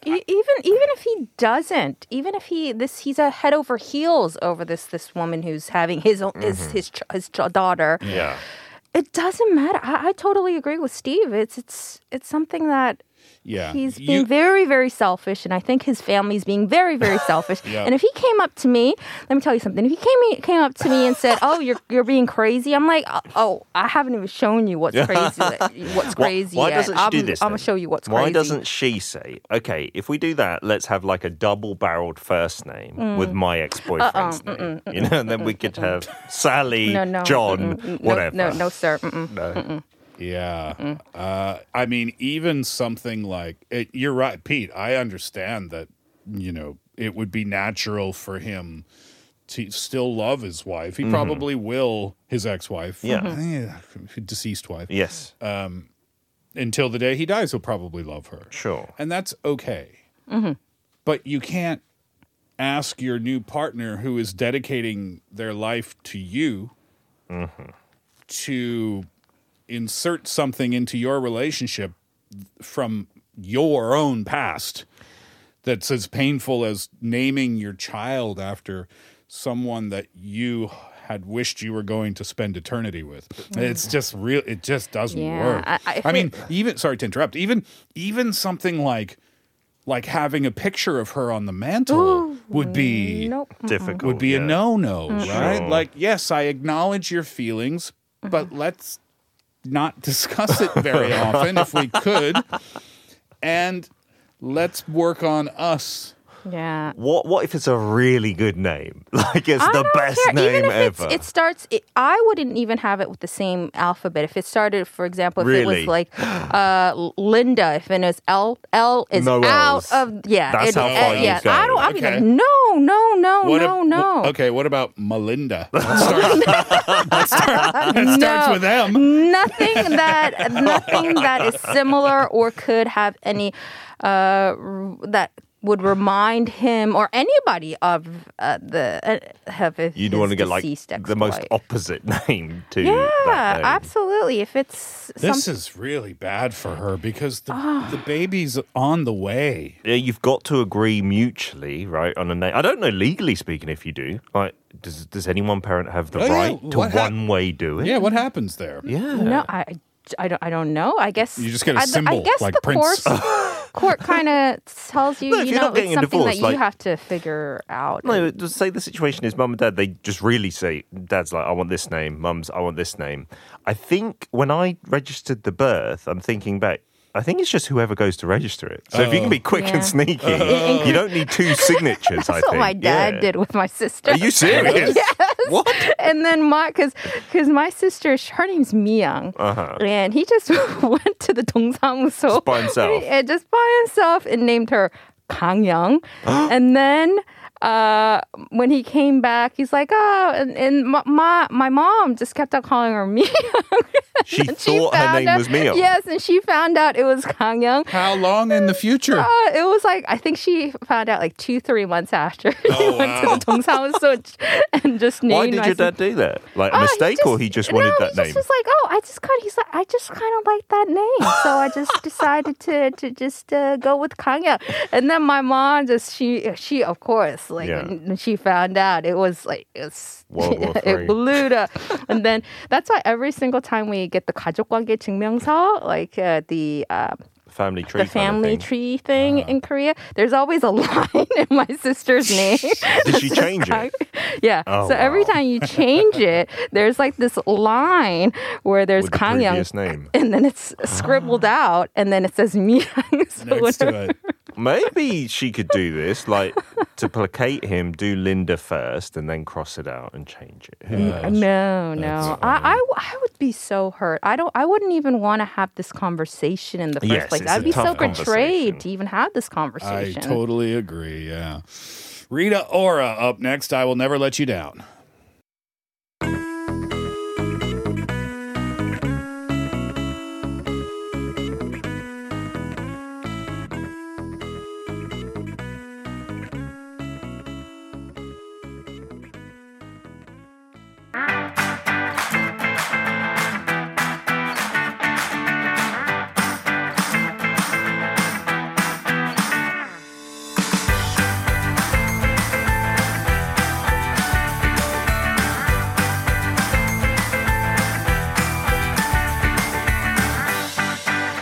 S7: E- even even if he doesn't, even if he this he's a head over heels over this this woman who's having his own his
S4: Mm-hmm.
S7: his ch- his ch- daughter.
S6: yeah.
S7: It doesn't matter. I, I totally agree with Steve. It's it's it's something that
S4: Yeah,
S7: he's
S4: You-
S7: being very very selfish, and I think his family's being very
S6: <laughs>
S7: very selfish.
S4: Yeah.
S7: And if he came up to me, let me tell you something. If he came came up to me and said, "Oh, you're you're being crazy," I'm like, "Oh, "Oh, I haven't even shown you what's crazy. What's
S6: <laughs> Why-
S7: crazy?
S6: Why,
S7: yet.
S6: doesn't she
S7: I'm,
S6: do this?
S7: I'm
S6: then?
S7: gonna show you what's
S6: Why
S7: crazy."
S6: doesn't she say, okay, if we do that, let's have like a double-barreled first name
S7: Mm.
S6: with my ex-boyfriend's
S7: Uh-uh,
S6: name, you know, and then we could have Sally,
S7: no, no,
S6: John,
S7: mm-mm, mm, no,
S6: whatever.
S7: No, no, sir. Mm-mm.
S4: Yeah.
S7: Mm-hmm.
S4: Uh, I mean, even something like it, you're right, Pete. I understand that, you know, it would be natural for him to still love his wife. He probably will his ex wife.
S6: Mm-hmm. Yeah.
S7: Mm-hmm.
S4: Deceased wife.
S6: Yes,
S4: Uh, Until the day he dies, he'll probably love her.
S6: sure.
S4: And that's okay. But you can't ask your new partner who is dedicating their life to you to insert something into your relationship from your own past that's as painful as naming your child after someone that you had wished you were going to spend eternity with. It's just real it just doesn't
S7: Yeah,
S4: work.
S7: I- I
S4: I mean, even sorry to interrupt, even even something like like having a picture of her on the mantle would be
S7: Nope.
S6: Difficult.
S4: uh, would be a
S6: yeah.
S4: no-no,
S7: Mm-hmm.
S4: right?
S6: Sure.
S4: Like, yes, I acknowledge your feelings, but let's not discuss it
S6: <laughs>
S4: very often if we could. And let's work on us
S7: Yeah.
S6: What what if it's a really good name? <laughs> Like it's
S7: I
S6: the
S7: don't
S6: best
S7: care.
S6: name
S7: even if
S6: ever.
S7: It's, it starts. It, I wouldn't even have it with the same alphabet. If it started, for example, if it
S6: Really?
S7: was like uh, Linda, if it was L, L is
S6: No
S7: out
S6: Ls.
S7: of yeah.
S6: That's
S7: it-
S6: how
S7: uh,
S6: far you
S7: yeah.
S6: go.
S7: I don't. I'd be
S4: Okay.
S7: like, no, no, no,
S4: What ab-
S7: Oh, no, no.
S4: wh- Okay, what about
S6: <laughs>
S4: Melinda? That starts, that start- that starts
S7: No. Mm,
S4: with M.
S7: nothing
S4: <laughs>
S7: that nothing that is similar or could have any uh, r- that would remind him or anybody of uh, the uh, of his
S6: You'd want to get like
S7: deceased
S6: the most
S7: ex-wife.
S6: opposite <laughs> name to that
S7: yeah
S6: name.
S7: absolutely if it's
S4: This
S7: some, Ah.
S4: is really bad for her because the, the baby's on the way.
S6: Yeah, you've got to agree mutually, right, on a name. I don't know legally speaking if you do. Like, does does any one parent have the
S4: Oh, yeah,
S6: right to
S4: what hap-
S6: one way do it?
S4: Yeah, what happens there?
S6: yeah.
S7: no I, I don't I don't know I guess
S4: You just get a
S7: I- I
S4: symbol,
S7: guess
S4: like
S7: the
S4: Prince.
S6: <laughs>
S7: court court kind of tells you
S6: No, if
S7: you
S6: you're
S7: know
S6: not getting
S7: it's
S6: a
S7: something
S6: divorce,
S7: that
S6: like-
S7: you have to figure out
S6: No, just say the situation is mum and dad, they just really say, dad's like, I want this name, mum's, I want this name. I think when I registered the birth, I'm thinking back, I think it's just whoever goes to register it. So if you can be quick
S7: Yeah. Uh-huh.
S6: and sneaky, you don't need
S7: <laughs>
S6: two signatures, I
S7: That's what
S6: think.
S7: my dad
S6: Yeah.
S7: did with my sister.
S6: Are
S7: <laughs>
S6: you serious? What?
S7: and then my because because my sister sh- her name's Miyang, and he just <laughs> went to the
S6: Uh-huh. Just
S7: Dongsamuso
S6: by
S7: <laughs>
S6: himself.
S7: and just by himself and named her
S6: <gasps>
S7: Kangyang, and then. Uh, when he came back, he's like, oh, and, and my, my my mom just kept on calling her <laughs> Mia.
S6: She thought her name was Mia.
S7: Yes, and she found out it was Kangyang.
S4: How long in the future?
S7: Uh, it was like I think she found out like two, three months after <laughs> she went to the Dongsamuso and- and just named.
S6: Oh, Why did
S7: my
S6: your
S7: sister-
S6: dad do that? Like a
S7: Oh,
S6: mistake, or he just wanted
S7: no,
S6: that
S7: he
S6: name?
S7: Just was like, oh, I just kind of, he's like, I just kind of like that name, so I
S6: <laughs>
S7: just decided to to just uh, go with Kanya. And then my mom just she she of course like
S6: Yeah.
S7: when she found out it was like it, was, <laughs>
S6: World War Three.
S7: it blew
S6: <laughs>
S7: up. and then that's why every single time we get the 가족관계 증명서, like uh, the. Uh,
S6: family tree.
S7: the
S6: kind of
S7: family
S6: thing. Uh-huh.
S7: tree thing in Korea. There's always a <laughs> line in my sister's name.
S6: Did
S7: <laughs>
S6: she change it?
S7: yeah.
S6: Oh,
S7: so every
S6: wow.
S7: time
S6: <laughs>
S7: you change it, there's like this line where there's
S6: With the previous
S7: Kangyang,
S6: name.
S7: <laughs>
S6: Ah.
S7: and then it's scribbled out, and then it says <laughs> Miyang. So <laughs>
S4: Next
S7: whenever-
S4: to it.
S6: Maybe she could do this, like to placate him, do Linda first and then cross it out and change it.
S7: Mm.
S6: Who knows?
S7: No, no. I, I, w- I would be so hurt. I don't. I wouldn't even want to have this conversation in the first
S6: Yes,
S7: place.
S6: it's a
S7: I'd be so
S6: tough
S7: betrayed
S6: conversation.
S7: to even have this
S4: I
S7: conversation. <laughs>
S4: totally agree. Yeah. Rita Ora up next. I will never let you down.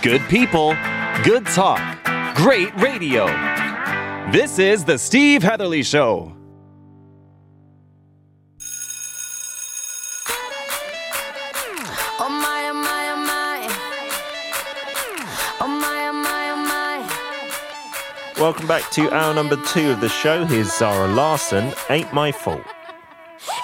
S8: Good people, good talk, great radio. This is the Steve Heatherly Show.
S3: Oh my, oh my, oh my. Oh my, oh my, oh my. oh
S6: Welcome back to hour number two of the show. Here's Zara Larson, Ain't My Fault.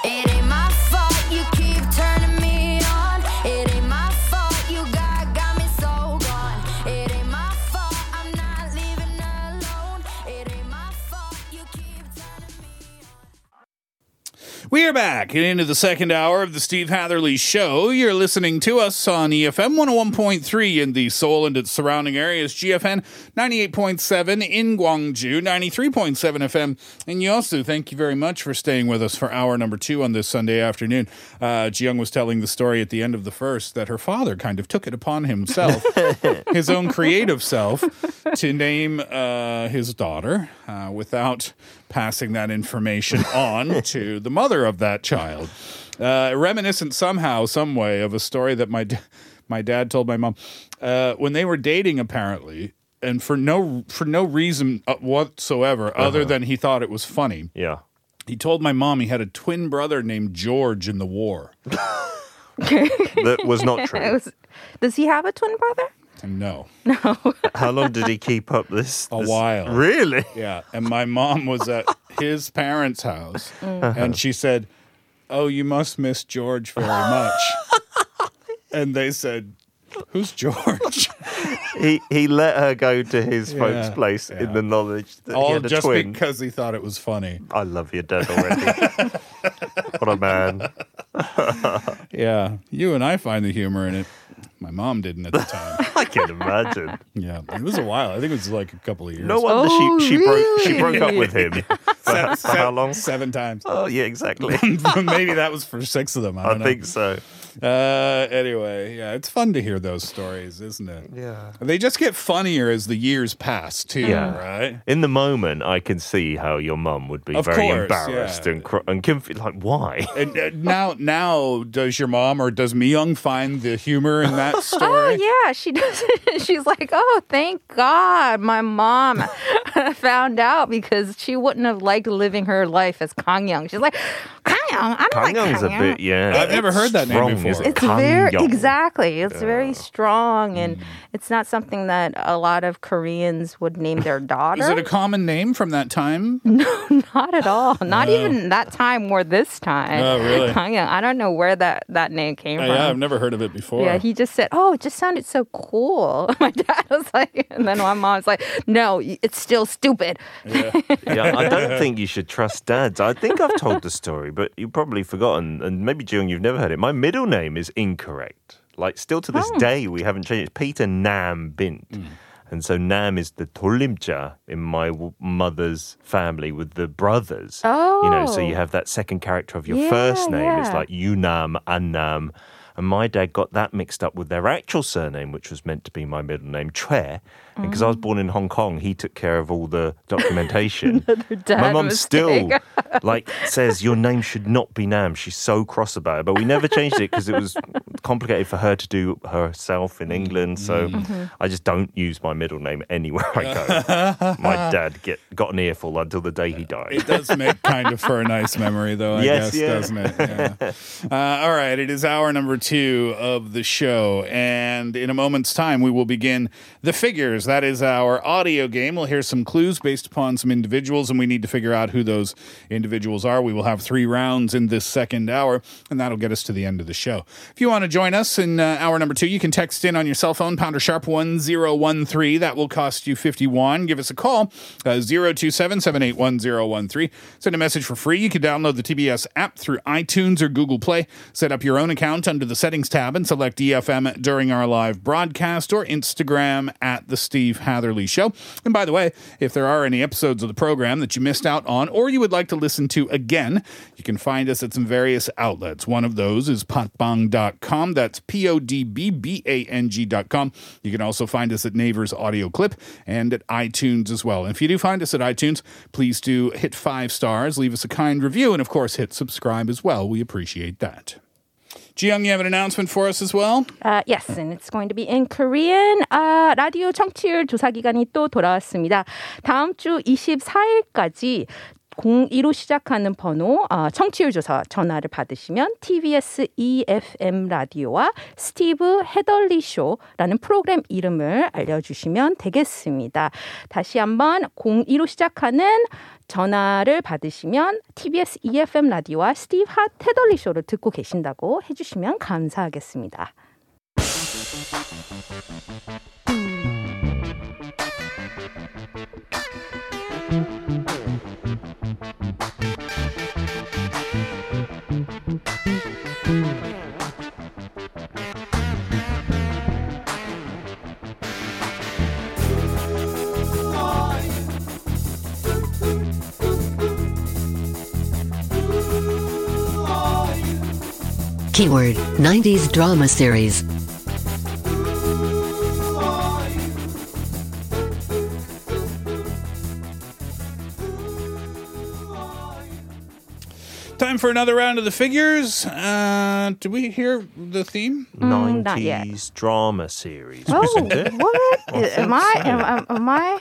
S3: It ain't my fault you keep turning me on. It ain't my fault you got, got me so gone. It ain't my fault I'm not leaving alone. It ain't my fault you keep turning me on.
S4: We are back and into the second hour of the Steve Hatherley Show. You're listening to us on E EFM 101.3 in the Seoul and its surrounding areas, GFN 98.7 in Gwangju, 93.7 FM in Yeosu. Thank you very much for staying with us for hour number two on this Sunday afternoon. Uh, Jiyoung was telling the story at the end of the first that her father kind of took it upon himself, his own creative self, to name uh, his daughter uh, without passing that information on to the mother of that child. Uh, reminiscent somehow, some way, of a story that my d- my dad told my mom uh, when they were dating, apparently, and for no for no reason uh, whatsoever, other than he thought it was funny.
S6: Yeah.
S4: He told my mom he had a twin brother named George in the war.
S6: That was not
S3: <laughs>
S6: true.
S7: It was- does he have a twin brother?
S4: No.
S6: How long did he keep up this?
S4: A
S6: this-
S4: while.
S6: Really?
S4: Yeah. And my mom was at his parents' house
S6: Mm. Uh-huh.
S4: and she said, Oh, you must miss George very much.
S6: <laughs>
S4: and they said, Who's George?
S6: He he let her go to his folks'
S4: Yeah.
S6: place in
S4: Yeah.
S6: the knowledge that <laughs> he
S4: All
S6: had a
S4: just
S6: twin.
S4: because he thought it was funny.
S6: I love your dad already.
S4: <laughs>
S6: what a man.
S4: Yeah. You and I find the humor in it. My mom didn't at the
S6: <laughs>
S4: time.
S6: I can imagine.
S4: yeah. It was a while. I think it was like a couple of years. <laughs>
S6: No wonder
S7: Oh,
S6: she she broke she broke up
S4: really?
S6: with him.
S7: <laughs>
S6: For, for how long?
S4: Seven times. <laughs>
S6: Oh yeah, exactly.
S4: Maybe that was for six of them. I,
S6: I
S4: don't know.
S6: think so.
S4: Uh, anyway, yeah, it's fun to hear those stories, isn't it?
S6: Yeah.
S4: They just get funnier as the years pass, too,
S6: Yeah.
S4: right?
S6: In the moment, I can see how your mum would be
S4: Of
S6: very
S4: course,
S6: embarrassed
S4: yeah.
S6: and cr- and confused. Like, why?
S4: And uh, now, now, does your mom or does Myung find the humor in that story?
S7: <laughs> Oh yeah, she <laughs> does. She's like, oh, thank God, my mom <laughs> found out because she wouldn't have liked living her life as Kang Young. She's like, Kang Young, I don't like
S6: Kangyong's a
S7: Kang
S6: bit, yeah.
S4: I've never heard that name
S6: Strong,
S4: before.
S6: isn't it?
S7: It's very
S6: Kangyong.
S7: exactly. It's very strong, and
S4: Mm.
S7: it's not something that a lot of Koreans would name their
S4: <laughs>
S7: daughter.
S4: Is it a common name from that time?
S7: <laughs> Mm-hmm. Not at all. Not
S4: No.
S7: even that time or this time.
S4: Oh, really?
S7: Kangyong. I don't know where that that name came
S4: Uh,
S7: from.
S4: yeah, I've never heard of it before.
S7: Yeah, he just said, "Oh, it just sounded so cool." <laughs> My dad was like, and then my mom's like, "No, y- it's still stupid."
S6: yeah, I don't think you should trust dads. I think I've told the story, but you've probably forgotten, and maybe June, you've never heard it. My middle name is incorrect. Like still to this day, we haven't changed. It's Peter Nam Bint. And so Nam is the tolimcha in my w- mother's family with the brothers. You know, so you
S7: Oh.
S6: have that second character of your
S7: Yeah,
S6: first name. It's
S7: yeah.
S6: like Yunam, Annam. And my dad got that mixed up with their actual surname, which was meant to be my middle name, Chue. And because I was
S7: Mm.
S6: born in Hong Kong, he took care of all
S7: <laughs>
S6: the documentation. my
S7: dad
S6: mum still
S7: mistake. <laughs>
S6: like says your name should not be Nam. She's so cross about it, but we never changed it because it was complicated for her to do herself in England. So
S7: Mm-hmm.
S6: I just don't use my middle name anywhere I go. my dad get got an earful until the day he died.
S4: It does make kind of for a nice memory, though, I
S6: Yes,
S4: guess,
S6: yeah.
S4: doesn't it?
S6: <laughs>
S4: Yeah. Uh, all right, it is hour number two of the show. And in a moment's time, we will begin the figures. That is our audio game. We'll hear some clues based upon some individuals, and we need to figure out who those individuals are. We will have three rounds in this second hour, and that'll get us to the end of the show. If you want to join us in uh, hour number two, you can text in on your cell phone, pounder sharp 1013. That will cost you 51. Give us a call, uh, 027 781 Send a message for free. You can download the TBS app through iTunes or Google Play. Set up your own account under the settings tab and select EFM during our live broadcast or Instagram at The Steve Hatherley Show. And by the way, if there are any episodes of the program that you missed out on or you would like to listen to again, you can find us at some various outlets. One of those is potbang.com. That's P O D B B A N G.com. You can also find us at Neighbors Audio Clip and at iTunes as well. And if you do find us at iTunes, please do hit five stars, leave us a kind review, and of course, hit subscribe as well. We appreciate that. Jiyoung, you have an announcement for us as well?
S7: Uh, yes, and it's going to be in Korean. Uh, 라디오 청취율 조사 기간이 또 돌아왔습니다. 다음 주 24일까지 02로 시작하는 번호 어, 청취율 조사 전화를 받으시면 TBS EFM 라디오와 스티브 헤덜리 쇼라는 프로그램 이름을 알려주시면 되겠습니다. 다시 한번 02로 시작하는 전화를 받으시면 TBS EFM 라디오와 스티브 핫 헤덜리 쇼를 듣고 계신다고 해주시면 감사하겠습니다.
S9: Keyword 90s drama series.
S4: Time for another round of the figures. Uh, do we hear the theme?
S6: 90s
S7: Mm, not yet.
S6: drama series.
S4: <laughs>
S7: Oh,
S6: wasn't it?
S7: what? Am I, am, am I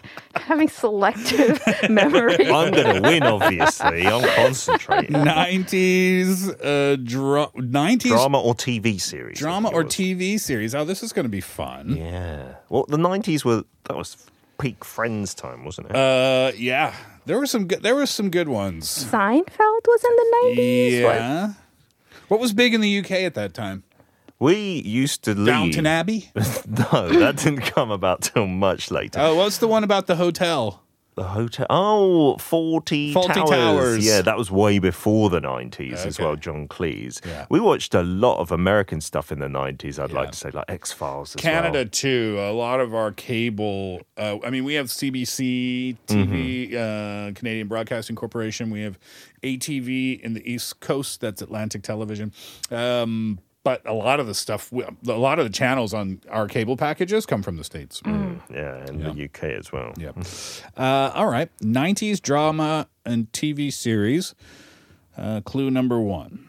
S4: <laughs>
S7: having selective memory?
S6: I'm going to win, obviously. I'm
S4: <laughs>
S6: concentrating.
S4: 90s uh, dra- 90s drama,
S6: Drama or TV series? I think it
S4: or
S6: was.
S4: TV series. Oh, this is going to be fun.
S6: Yeah. Well, the 90s were, that was peak Friends time, wasn't it?
S4: Uh, yeah. There were some good, there were some good ones.
S7: Seinfeld was in the 90s?
S4: Yeah. What was big in the UK at that time?
S6: we used to leave.
S4: Downton Abbey?
S6: <laughs> No, that didn't come about till much later.
S4: Oh, what's the one about the hotel?
S6: The hotel. Oh, 40
S4: 40
S6: towers.
S4: Towers.
S6: Yeah, that was way before the 90s as
S4: Okay.
S6: well, John Cleese.
S4: Yeah.
S6: We watched a lot of American stuff in the 90s, I'd
S4: Yeah.
S6: like to say, like X Files as
S4: Canada
S6: well.
S4: too. A lot of our cable. Uh, I mean, we have CBC TV, uh, Canadian Broadcasting Corporation. We have ATV in the East Coast. That's Atlantic Television. Um, but a lot of the stuff, we- a lot of the channels on our cable packages come from the states.
S6: Yeah, and the UK as well.
S4: Yep. Uh, all right. Nineties drama and TV series. Uh, clue number one.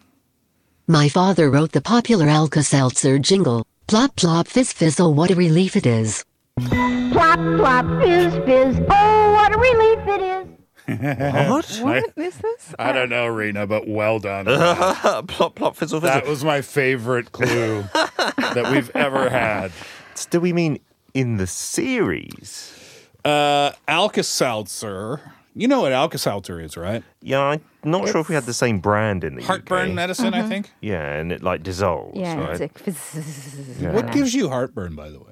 S9: My father wrote the popular Alka Seltzer jingle. Plop plop fizz fizzle, what a relief it is.
S3: Plop, plop, fizz, fizz. Oh, what a relief it is.
S6: What?
S7: What is this?
S4: I don't know, Rena, but well <laughs> done.
S6: plop, plop, fizzle, fizzle.
S4: That was my favorite <laughs> clue that we've ever had.
S6: Do we mean in the series?
S4: Uh, Alka Seltzer. You know what Alka Seltzer is, right?
S6: Yeah, I'm not sure if we had the same brand in the
S4: Heartburn
S6: UK.
S4: medicine, I think.
S6: Yeah, and it like dissolves,
S7: Yeah,
S6: right?
S7: it's like fizz.
S4: What gives you heartburn, by the way?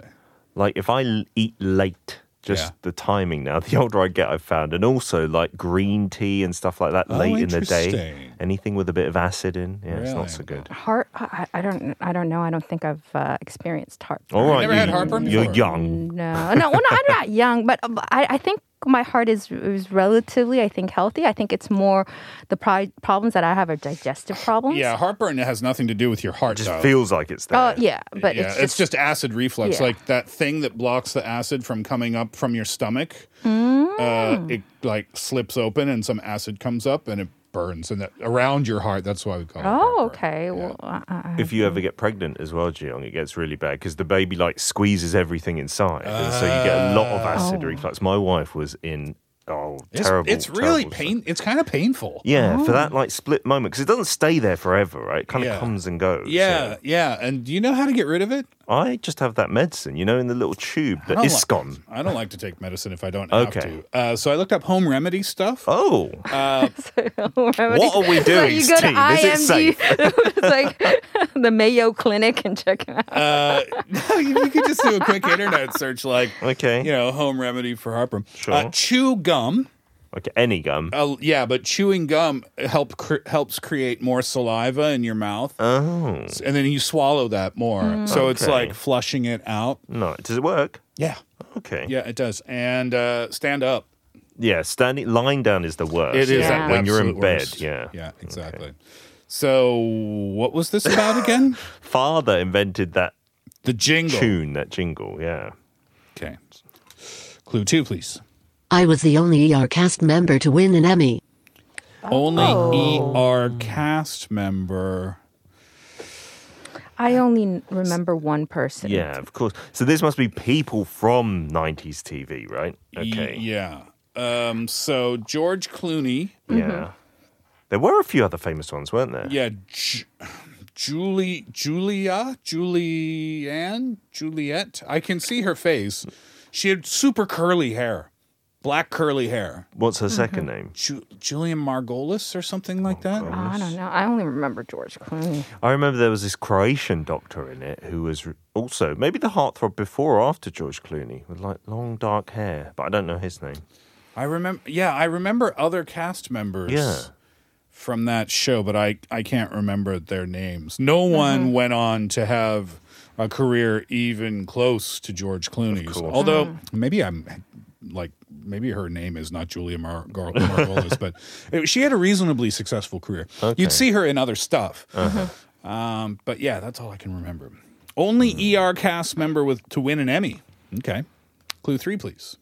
S6: like if I l- eat late, just
S4: Yeah.
S6: the timing now, <laughs> the older I get, I've found, and also like green tea and stuff like that late in the
S4: Oh,
S6: day.
S4: interesting.
S6: Anything with a bit of acid in, yeah, it's
S4: Really?
S6: not so good.
S7: Heart. I, I don't. I don't know. I don't think I've uh, experienced heart.
S6: All right,
S4: never
S6: you,
S4: had heartburn
S6: You're
S4: before?
S6: young.
S7: No, no. Well, no, I'm
S4: <laughs>
S7: not young, but um, I, I think my heart is is relatively, I think, healthy. I think it's more the pri- problems that I have are digestive problems.
S4: Yeah, heartburn has nothing to do with your heart.
S6: It just
S4: though.
S6: feels like it's there.
S7: Oh yeah, but
S4: yeah,
S7: it's, just,
S4: it's just acid reflux,
S7: Yeah.
S4: like that thing that blocks the acid from coming up from your stomach. Uh, it like slips open and some acid comes up and it burns and that around your heart. That's why we call it.
S7: Oh
S4: heartburn.
S7: okay. Well, uh, uh, uh,
S6: If you ever get pregnant as well, Jiyoung, it gets really bad because the baby like squeezes everything inside, and so you get a lot of acid reflux. My wife was in oh
S4: It's,
S6: terrible.
S4: it's really
S6: terrible
S4: pain. It's kind of painful.
S6: Yeah, for that like split moment because it doesn't stay there forever, right? It kind of
S4: Yeah.
S6: comes and goes.
S4: Yeah,
S6: so.
S4: yeah. And do you know how to get rid of it?
S6: I just have that medicine, you know, in the little tube, the
S4: I don't
S6: Iscon.
S4: Like, I don't like to take medicine if I don't have
S6: Okay.
S4: to. Uh, so I looked up home remedy stuff.
S6: Oh,
S4: Uh,
S7: <laughs> what
S6: are we doing,
S7: you go to
S6: Steve? Is it
S7: IMD, <laughs> it's like <laughs> the Mayo Clinic and check it out.
S4: Uh, <laughs> you could just do a quick internet search, like
S6: Okay.
S4: you know, home remedy for heartburn.
S6: Sure.
S4: Uh, chew gum.
S6: okay. Any gum.
S4: Uh, yeah, but chewing gum help cr- helps create more saliva in your mouth,
S6: Oh, Hmm.
S4: and then you swallow that more. So it's
S6: Okay.
S4: like flushing it out.
S6: no. Does it work?
S4: Yeah,
S6: Okay.
S4: yeah, it does. And uh, stand up.
S6: Yeah. Standing, lying down is the worst.
S4: It is
S7: Yeah.
S4: that
S6: when you're in
S4: absolute
S6: bed.
S4: worst.
S6: Yeah.
S4: yeah, exactly. So what was this about again?
S6: Father invented that
S4: the jingle.
S6: tune, that jingle. Yeah.
S4: Okay. Clue two, please.
S9: I was the only ER cast member to win an Emmy.
S7: Oh.
S4: Only
S6: E
S4: ER cast member.
S7: I only n- remember one person.
S6: Yeah, of course. So this must be people from 90s TV, right?
S4: E-
S6: Okay.
S4: yeah. Um, so George Clooney.
S7: Mm-hmm.
S6: Yeah. There were a few other famous ones, weren't there?
S4: Yeah. Ju- Julie, Julia, Julianne, Juliet. I can see her face. She had super curly hair, black curly hair.
S6: What's her second
S7: Mm-hmm.
S6: name?
S4: Ju- Julian Margolis or something like that.
S7: I don't know. I only remember George Clooney.
S6: I remember there was this Croatian doctor in it who was r- also maybe the heartthrob before or after George Clooney with like long dark hair, but I don't know his name.
S4: I remember. Yeah, I remember other cast members.
S6: Yeah.
S4: From that show, but I I can't remember their names. No one went on to have a career even close to George Clooney's.
S6: course.
S4: Although maybe I'm like maybe her name is not Julia Mar- Gar- Margolis, but it- she had a reasonably successful career. You'd see her in other stuff.
S6: Uh-huh.
S4: Um, but yeah, that's all I can remember. E
S6: Mm-hmm.
S4: Only ER cast member with to win an Emmy. Okay, clue three, please.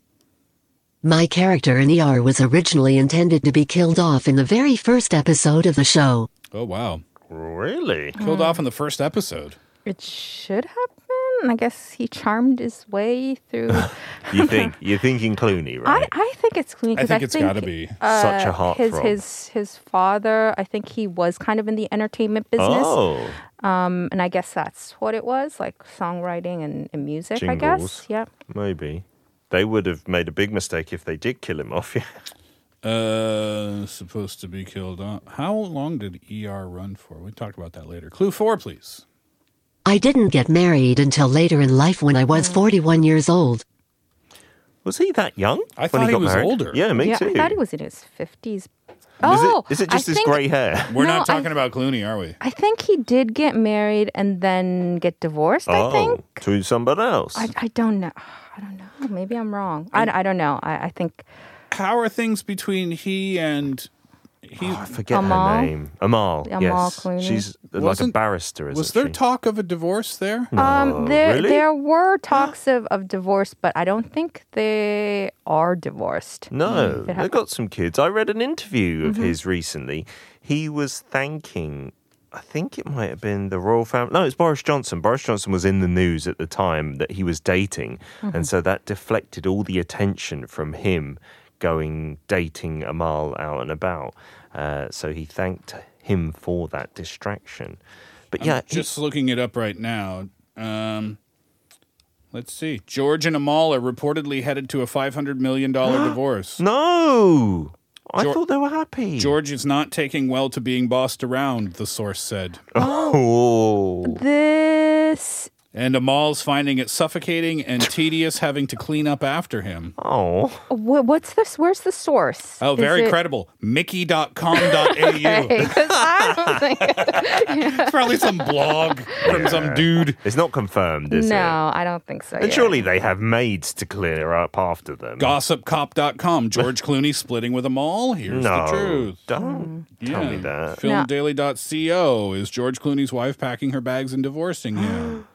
S9: My character in ER was originally intended to be killed off in the very first episode of the show.
S4: Oh, wow.
S6: Really?
S7: Mm.
S4: Killed off in the first episode.
S7: It should happen. I guess he charmed his way
S6: <laughs>
S7: through.
S6: You think you're thinking Clooney,
S7: I,
S6: right?
S7: I think it's Clooney.
S4: I
S7: 'cause
S4: think it's got to be.
S6: Such a
S7: uh, His
S6: heartthrob.
S7: his his father. I think he was kind of in the entertainment business,
S6: oh,
S7: um, and I guess that's what it was like songwriting and, and music. I
S6: Jingles.
S7: guess. Yeah.
S6: maybe. They would have made a big mistake if they did kill him off. <laughs> Yeah.
S4: Uh, supposed to be killed off. How long did ER run for? We talked about that later. Clue four, please.
S9: I didn't get married until later in life when I was 41 years old.
S6: Was he that young?
S4: I
S6: when
S4: thought he
S6: got
S4: was
S6: married?
S4: older.
S6: Yeah, me
S7: yeah.
S6: too.
S7: I thought he was in his fifties.
S6: Is
S7: Oh,
S6: it, is it
S7: I
S6: just his
S7: think-
S6: grey hair?
S4: We're
S7: No,
S4: not
S7: I-
S4: talking about Clooney, are we?
S7: I think he did get married and then get divorced.
S6: Oh,
S7: I think.
S6: to somebody else.
S7: I, I don't know. I don't know. Maybe I'm wrong. I, I don't know. I, I think
S4: How are things between he and he?
S6: Oh, Ah, I forget
S7: Amal?
S6: her name. Amal.
S7: Amal
S6: yes.
S7: Clooney.
S6: She's like a
S4: Wasn't-
S6: barrister, isn't
S4: was there
S6: she?
S4: talk of a divorce there?
S7: um, there
S6: really?
S7: there
S6: <gasps>
S7: were talks of, of divorce, but I don't think they are divorced.
S6: no,
S7: Hmm, It Mm-hmm.
S6: they've got some kids. I read an interview of his recently. He was thanking, I think it might have been the royal family. No, it's Boris Johnson. Boris Johnson was in the news at the time that he was dating.
S7: Mm-hmm.
S6: And so that deflected all the attention from him going dating Amal out and about. Uh, so he thanked him for that distraction. But yeah, he-
S4: Just looking it up right now. Um, let's see. George and Amal are reportedly headed to a five hundred million dollar divorce.
S6: No. I
S4: Geor-
S6: thought they were happy.
S4: George is not taking well to being bossed around, the source said.
S7: <gasps>
S6: Oh.
S7: This
S4: And Amal's finding it suffocating and tedious having to clean up after him.
S6: Oh.
S7: wh- what's this? Where's the source?
S4: Oh,
S7: Is
S4: very
S7: it-
S4: credible. Mickey.com.au.
S7: <laughs> 'Cause I don't think.
S4: It's probably some blog from some dude.
S6: <laughs> It's not confirmed, is it?
S7: no, I don't think so.
S6: And
S7: yet.
S6: surely they have maids to clear up after them.
S4: Gossipcop.com. George Clooney splitting with Amal. Here's
S6: no. uh,
S4: the truth.
S6: Don't
S7: Hmm.
S6: tell me that.
S4: Filmdaily.co is George Clooney's wife packing her bags and divorcing
S7: <gasps>
S4: him.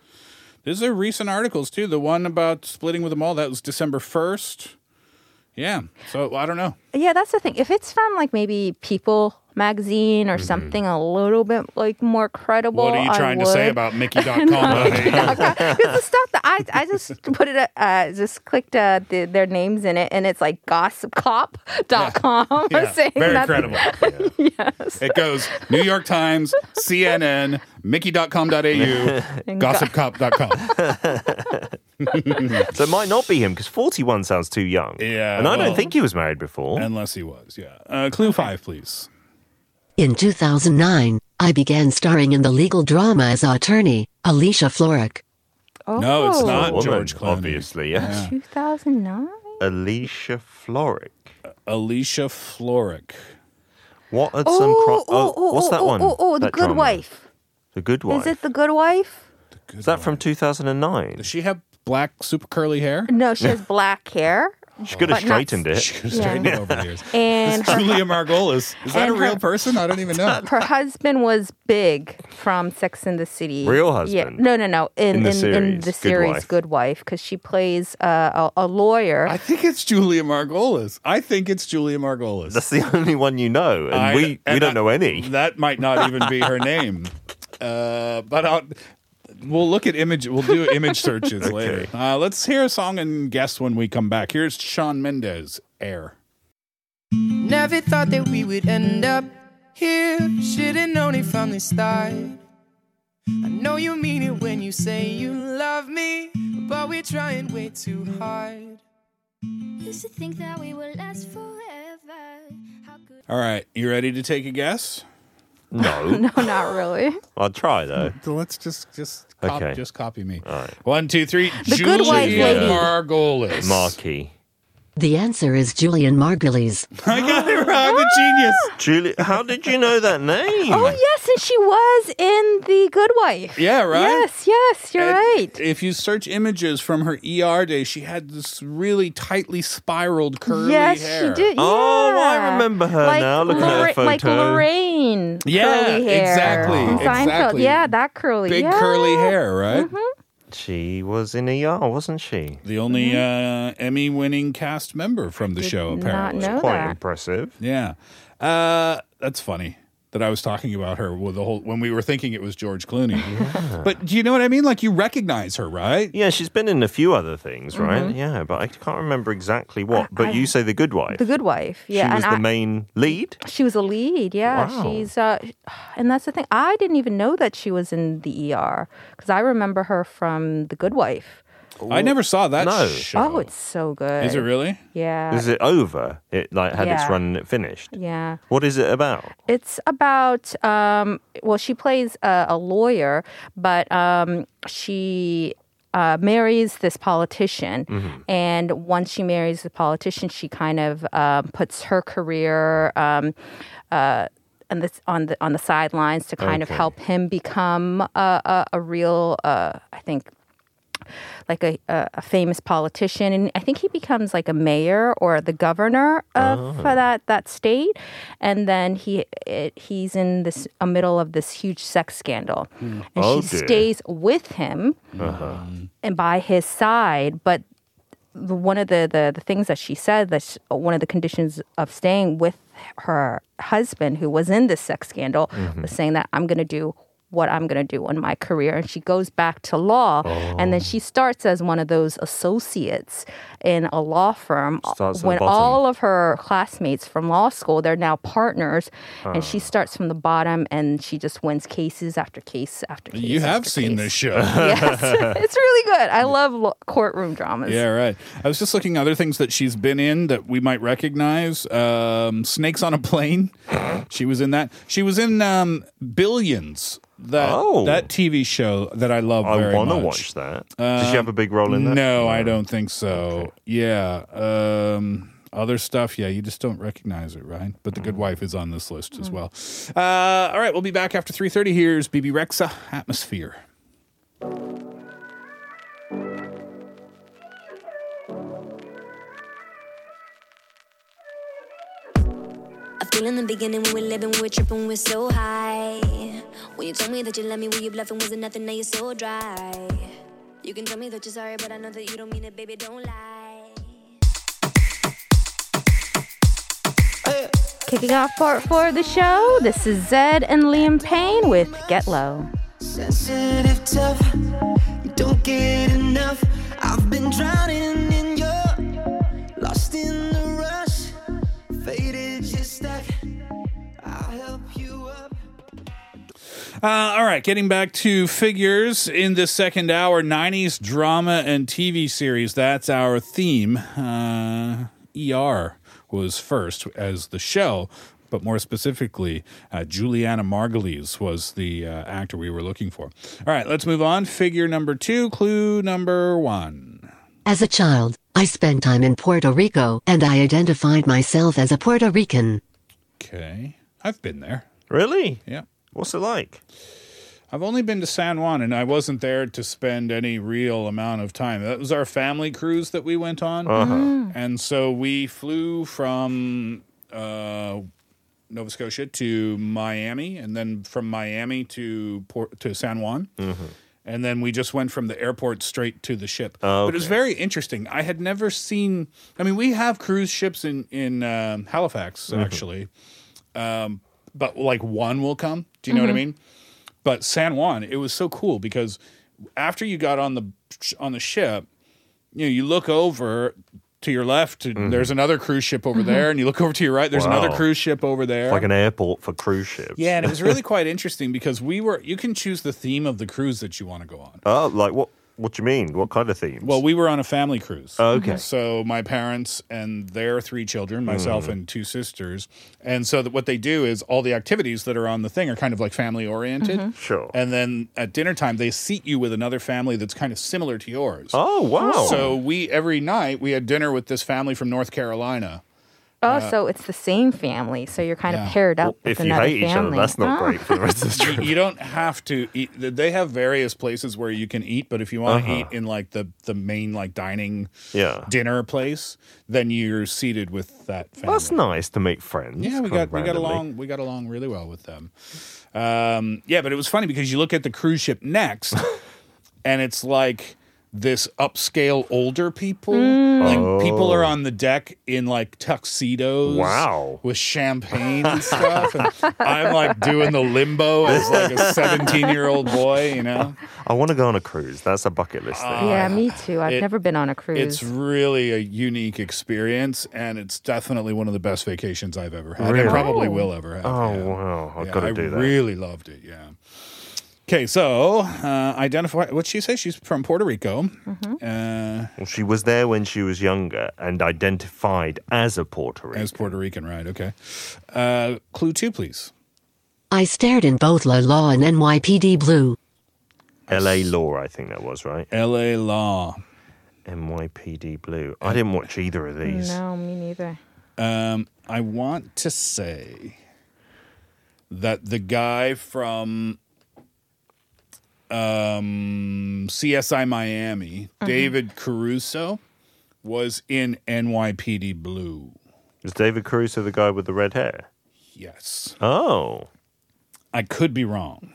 S4: These are recent articles too. The one about splitting with Amal that was December first. Yeah. So I don't know.
S7: Yeah, that's the thing. If it's from like maybe People magazine or something a little bit like more credible,
S4: Mm-hmm. what are you
S7: I
S4: trying to say
S7: would. <laughs>
S4: about Mickey.com? <laughs>
S7: Because the stuff that I I just <laughs> put it uh, just clicked uh, the, their names in it and it's like
S4: <laughs>
S7: gossipcop.com or saying
S4: very
S7: that
S4: credible. It goes New York Times, CNN, Mickey.com.au,
S7: And go-
S4: GossipCop.com.
S6: <laughs> So it might not be him because 41 sounds too young.
S4: Yeah,
S6: And I
S4: well-
S6: don't think he was married before.
S4: Unless he was, yeah. Uh, clue five, please.
S9: In 2009, I began starring in the legal drama as attorney, Alicia Florrick.
S7: Oh,
S4: No, it's
S6: A
S4: not
S6: woman,
S4: George Clooney.
S6: Obviously, yes.
S7: 2009.
S6: Alicia Florrick.
S4: Alicia Florrick.
S6: What had some. Cro- oh, what's that one?
S7: Oh, oh, the
S6: That
S7: Good
S6: drama?
S7: Wife.
S6: The Good Wife.
S7: Is it the Good Wife?
S6: Is that from 2009?
S4: Does she have black, super curly hair?
S6: <laughs>
S7: No, she has black hair.
S6: She could have
S7: But not-
S6: straightened it.
S4: She was straightened it over the years.
S7: And her,
S4: Julia Margolis. Is that
S7: And
S4: a real
S7: her-
S4: person? I don't even know.
S7: <laughs> her husband was big from Sex and the City.
S6: Real
S7: Yeah,
S6: husband?
S7: no, no, no. In,
S6: In
S7: in,
S6: the series,
S7: in, the
S6: Good
S7: series
S6: Wife.
S7: Good Wife, because she plays uh, a, a lawyer. <laughs>
S4: I think it's Julia Margolis. I think it's Julia Margolis.
S6: That's the <laughs> only one you know, and
S4: I-
S6: we, we
S4: and
S6: don't
S4: I-
S6: know any.
S4: <laughs> That might not even be her
S6: <laughs>
S4: name. Uh, but I'll, we'll look at image. We'll do image
S6: <laughs>
S4: searches later. Uh, let's hear a song and guess when we come back. Here's Sean Mendez, Air.
S2: Never thought that we would end up here. Should've known it from the start. I know you mean it when you say you love me, but we're trying way too hard.
S3: Used to think that we would last forever. How could
S4: All right, you ready to take a guess?
S6: No,
S7: no, not really.
S6: I'll
S4: <laughs>
S6: try though.
S4: So let's just just
S6: cop- Okay.
S4: just
S6: just
S4: copy me. One, two, three.
S7: The
S4: Julia
S7: Good Wife lady.
S4: Margolis.
S6: Marquee.
S9: The answer is Julian Margulies.
S4: <laughs> I got it wrong. A
S7: <laughs>
S4: genius.
S6: Julie, how did you know that name?
S7: Oh yes, and she was in the Good Wife.
S4: Yeah, right?
S7: Yes, yes, you're
S4: And
S7: right.
S4: If you search images from her ER day, she had this really tightly spiraled curly
S7: yes,
S4: hair.
S7: she did.
S6: Oh, I
S7: yeah.
S6: remember her now, looking at her
S7: Lorra- Like
S6: photo.
S7: Lorraine,
S4: Yeah,
S7: curly hair.
S4: exactly,
S7: from Seinfeld.
S4: exactly.
S7: Yeah, Mm-hmm. that curly,
S4: Big
S7: yeah.
S4: curly hair, right?
S6: She was in ER, wasn't she?
S4: The only uh, Emmy winning cast member from the show,
S7: Mm-hmm. not
S4: apparently.
S7: know.
S6: Quite
S7: Oh, that.
S6: impressive.
S4: Yeah. Uh, that's funny that I was talking about her with the whole when we were thinking it was George Clooney. But do you know what I mean? Like you recognize her, right?
S6: Yeah, she's been in a few other things, right? Yeah, but I can't remember exactly what. but
S7: Mm-hmm. I-
S6: you say The Good Wife.
S7: The Good Wife. Yeah,
S6: she was
S7: and
S6: the
S7: I-
S6: main lead.
S7: she was a lead. Yeah,
S6: Wow.
S7: she's uh, and that's the thing. I didn't even know that she was in the ER because I remember her from The Good Wife.
S4: I never saw that
S6: No.
S4: show.
S7: Oh, it's so good.
S4: Is it really?
S7: Yeah.
S6: Is it over? It like had its
S7: Yeah.
S6: run and it finished.
S7: yeah.
S6: What is it about?
S7: It's about um, well, she plays a, a lawyer, but um, she uh, marries this politician, and once she marries the politician, she kind of um, puts her career. Um, uh, on the, on the on the sidelines to kind
S6: Okay.
S7: of help him become a, a, a real, uh, I think, like a, a, a famous politician, and I think he becomes like a mayor or the governor of uh, that that state, and then he it, he's in this a middle of this huge sex scandal, and
S6: Oh,
S7: she
S6: dear.
S7: stays with him and by his side, but. The, one of the, the, the things that she said that sh one of the conditions of staying with her husband who was in this sex scandal was saying that I'm going to do what I'm going to do in my career. And she goes back to law. And then she starts as one of those associates in a law firm. uh,
S6: Starts at the
S7: when
S6: bottom.
S7: all of her classmates from law school, they're now partners. And she starts from the bottom and she just wins cases after case after case.
S4: You have
S7: after
S4: seen
S7: case.
S4: this show. <laughs>
S7: Yes, <laughs> it's really good. I love lo- courtroom dramas.
S4: Yeah, right. I was just looking other things that she's been in that we might recognize. Um, Snakes on a Plane. she was in that. She was in um, Billions. That
S6: Oh.
S4: that TV show that I love.
S6: I
S4: very
S6: want to
S4: much. Um,
S6: watch that. Does she have a big role in that?
S4: No, I don't think so. Yeah. Um, other stuff, yeah, you just don't recognize it, right? But the good
S6: Mm.
S4: wife is on this list as well. Uh, all right, we'll be back after 3.30. Here's BB Rexa, Atmosphere.
S3: I feel in the beginning when we're living, we're tripping, we're so high. When you told me that you love me, were you bluffing? Was it nothing? Now you're so dry. You can tell me that you're sorry, but I know that you don't mean it, baby. Don't lie.
S7: Kicking off part four of the show, this is Zed and Liam Payne with Get Low.
S5: Sensitive, tough, you don't get enough. I've been drowning in your, lost in the rush, faded, you're stuck. I'll help you up.
S4: Uh, all right, getting back to figures in this second hour 90s drama and TV series. That's our theme. Uh, ER was first as the show. But more specifically, uh, Juliana Margulies was the uh, actor we were looking for. All right, let's move on. Figure number two, clue number one.
S9: As a child, I spent time in Puerto Rico and I identified myself as a Puerto Rican.
S4: Okay, I've been there.
S6: Really?
S4: Yeah.
S6: What's it like?
S4: I've only been to San Juan and I wasn't there to spend any real amount of time. That was our family cruise that we went on. And so we flew from uh, Nova Scotia to Miami and then from Miami to Port- to San Juan. And then we just went from the airport straight to the ship. But it was very interesting. I had never seen, I mean, we have cruise ships in, in um, Halifax, actually, um, but like one will come. Do you know what I mean? but San Juan, it was so cool because after you got on the on the ship, you know, you look over to your left, and there's another cruise ship over there, and you look over to your right, there's another
S6: Wow.
S4: cruise ship over there.
S6: Like an airport for cruise ships.
S4: yeah, and it was really
S6: <laughs>
S4: quite interesting because we were you can choose the theme of the cruise that you want to go on.
S6: Oh, like what? What do you mean? What kind of themes?
S4: Well, we were on a family cruise.
S6: Oh, Okay.
S4: So my parents and their three children,
S6: Mm.
S4: myself and two sisters, and so that what they do is all the activities that are on the thing are kind of like family oriented.
S6: Mm-hmm. Sure.
S4: And then at dinner time, they seat you with another family that's kind of similar to yours.
S6: oh wow.
S4: So we every night we had dinner with this family from North Carolina.
S7: Oh, so it's the same family, so you're kind
S4: yeah.
S7: of paired up
S6: if
S7: with
S6: you
S7: another
S6: hate each other,
S7: family.
S6: that's not
S7: Oh.
S6: great for the rest of the
S7: <laughs>
S6: trip.
S4: You don't have to eat. They have various places where you can eat, but if you want to eat in like the the main like dining
S6: Yeah.
S4: dinner place, then you're seated with that family.
S6: That's nice to make friends.
S4: Yeah, we got
S6: kind of
S4: we got
S6: randomly.
S4: along we got along really well with them. Um, yeah, but it was funny because you look at the cruise ship next. and it's like this upscale older people. Like people are on the deck in like tuxedos.
S6: Wow.
S4: With champagne and stuff. and I'm like doing the limbo as like a 17 year old boy, you know?
S6: I want to go on a cruise. That's a bucket list
S4: Uh,
S6: thing.
S7: yeah, me too. I've
S4: it-
S7: never been on a cruise.
S4: It's really a unique experience, and it's definitely one of the best vacations I've ever had,
S6: Really?
S4: and probably will ever have.
S6: Oh,
S4: yeah.
S6: wow. I've
S4: Yeah,
S6: got to
S4: I
S6: do that.
S4: really loved it. Yeah. Okay, so uh, identify. What she say? She's from Puerto Rico. Uh,
S6: Well, she was there when she was younger and identified as a Puerto Rican.
S4: as Puerto Rican, right? Okay. Uh, clue two, please.
S9: I stared in both La Law and NYPD Blue.
S6: LA Law, I think that was, right?
S4: L.A. Law.
S6: NYPD Blue. I didn't watch either of these.
S7: no, me neither.
S4: Um, I want to say that the guy from um, CSI Miami, David Caruso, was in NYPD Blue.
S6: Was David Caruso the guy with the red hair?
S4: Yes.
S6: Oh.
S4: I could be wrong,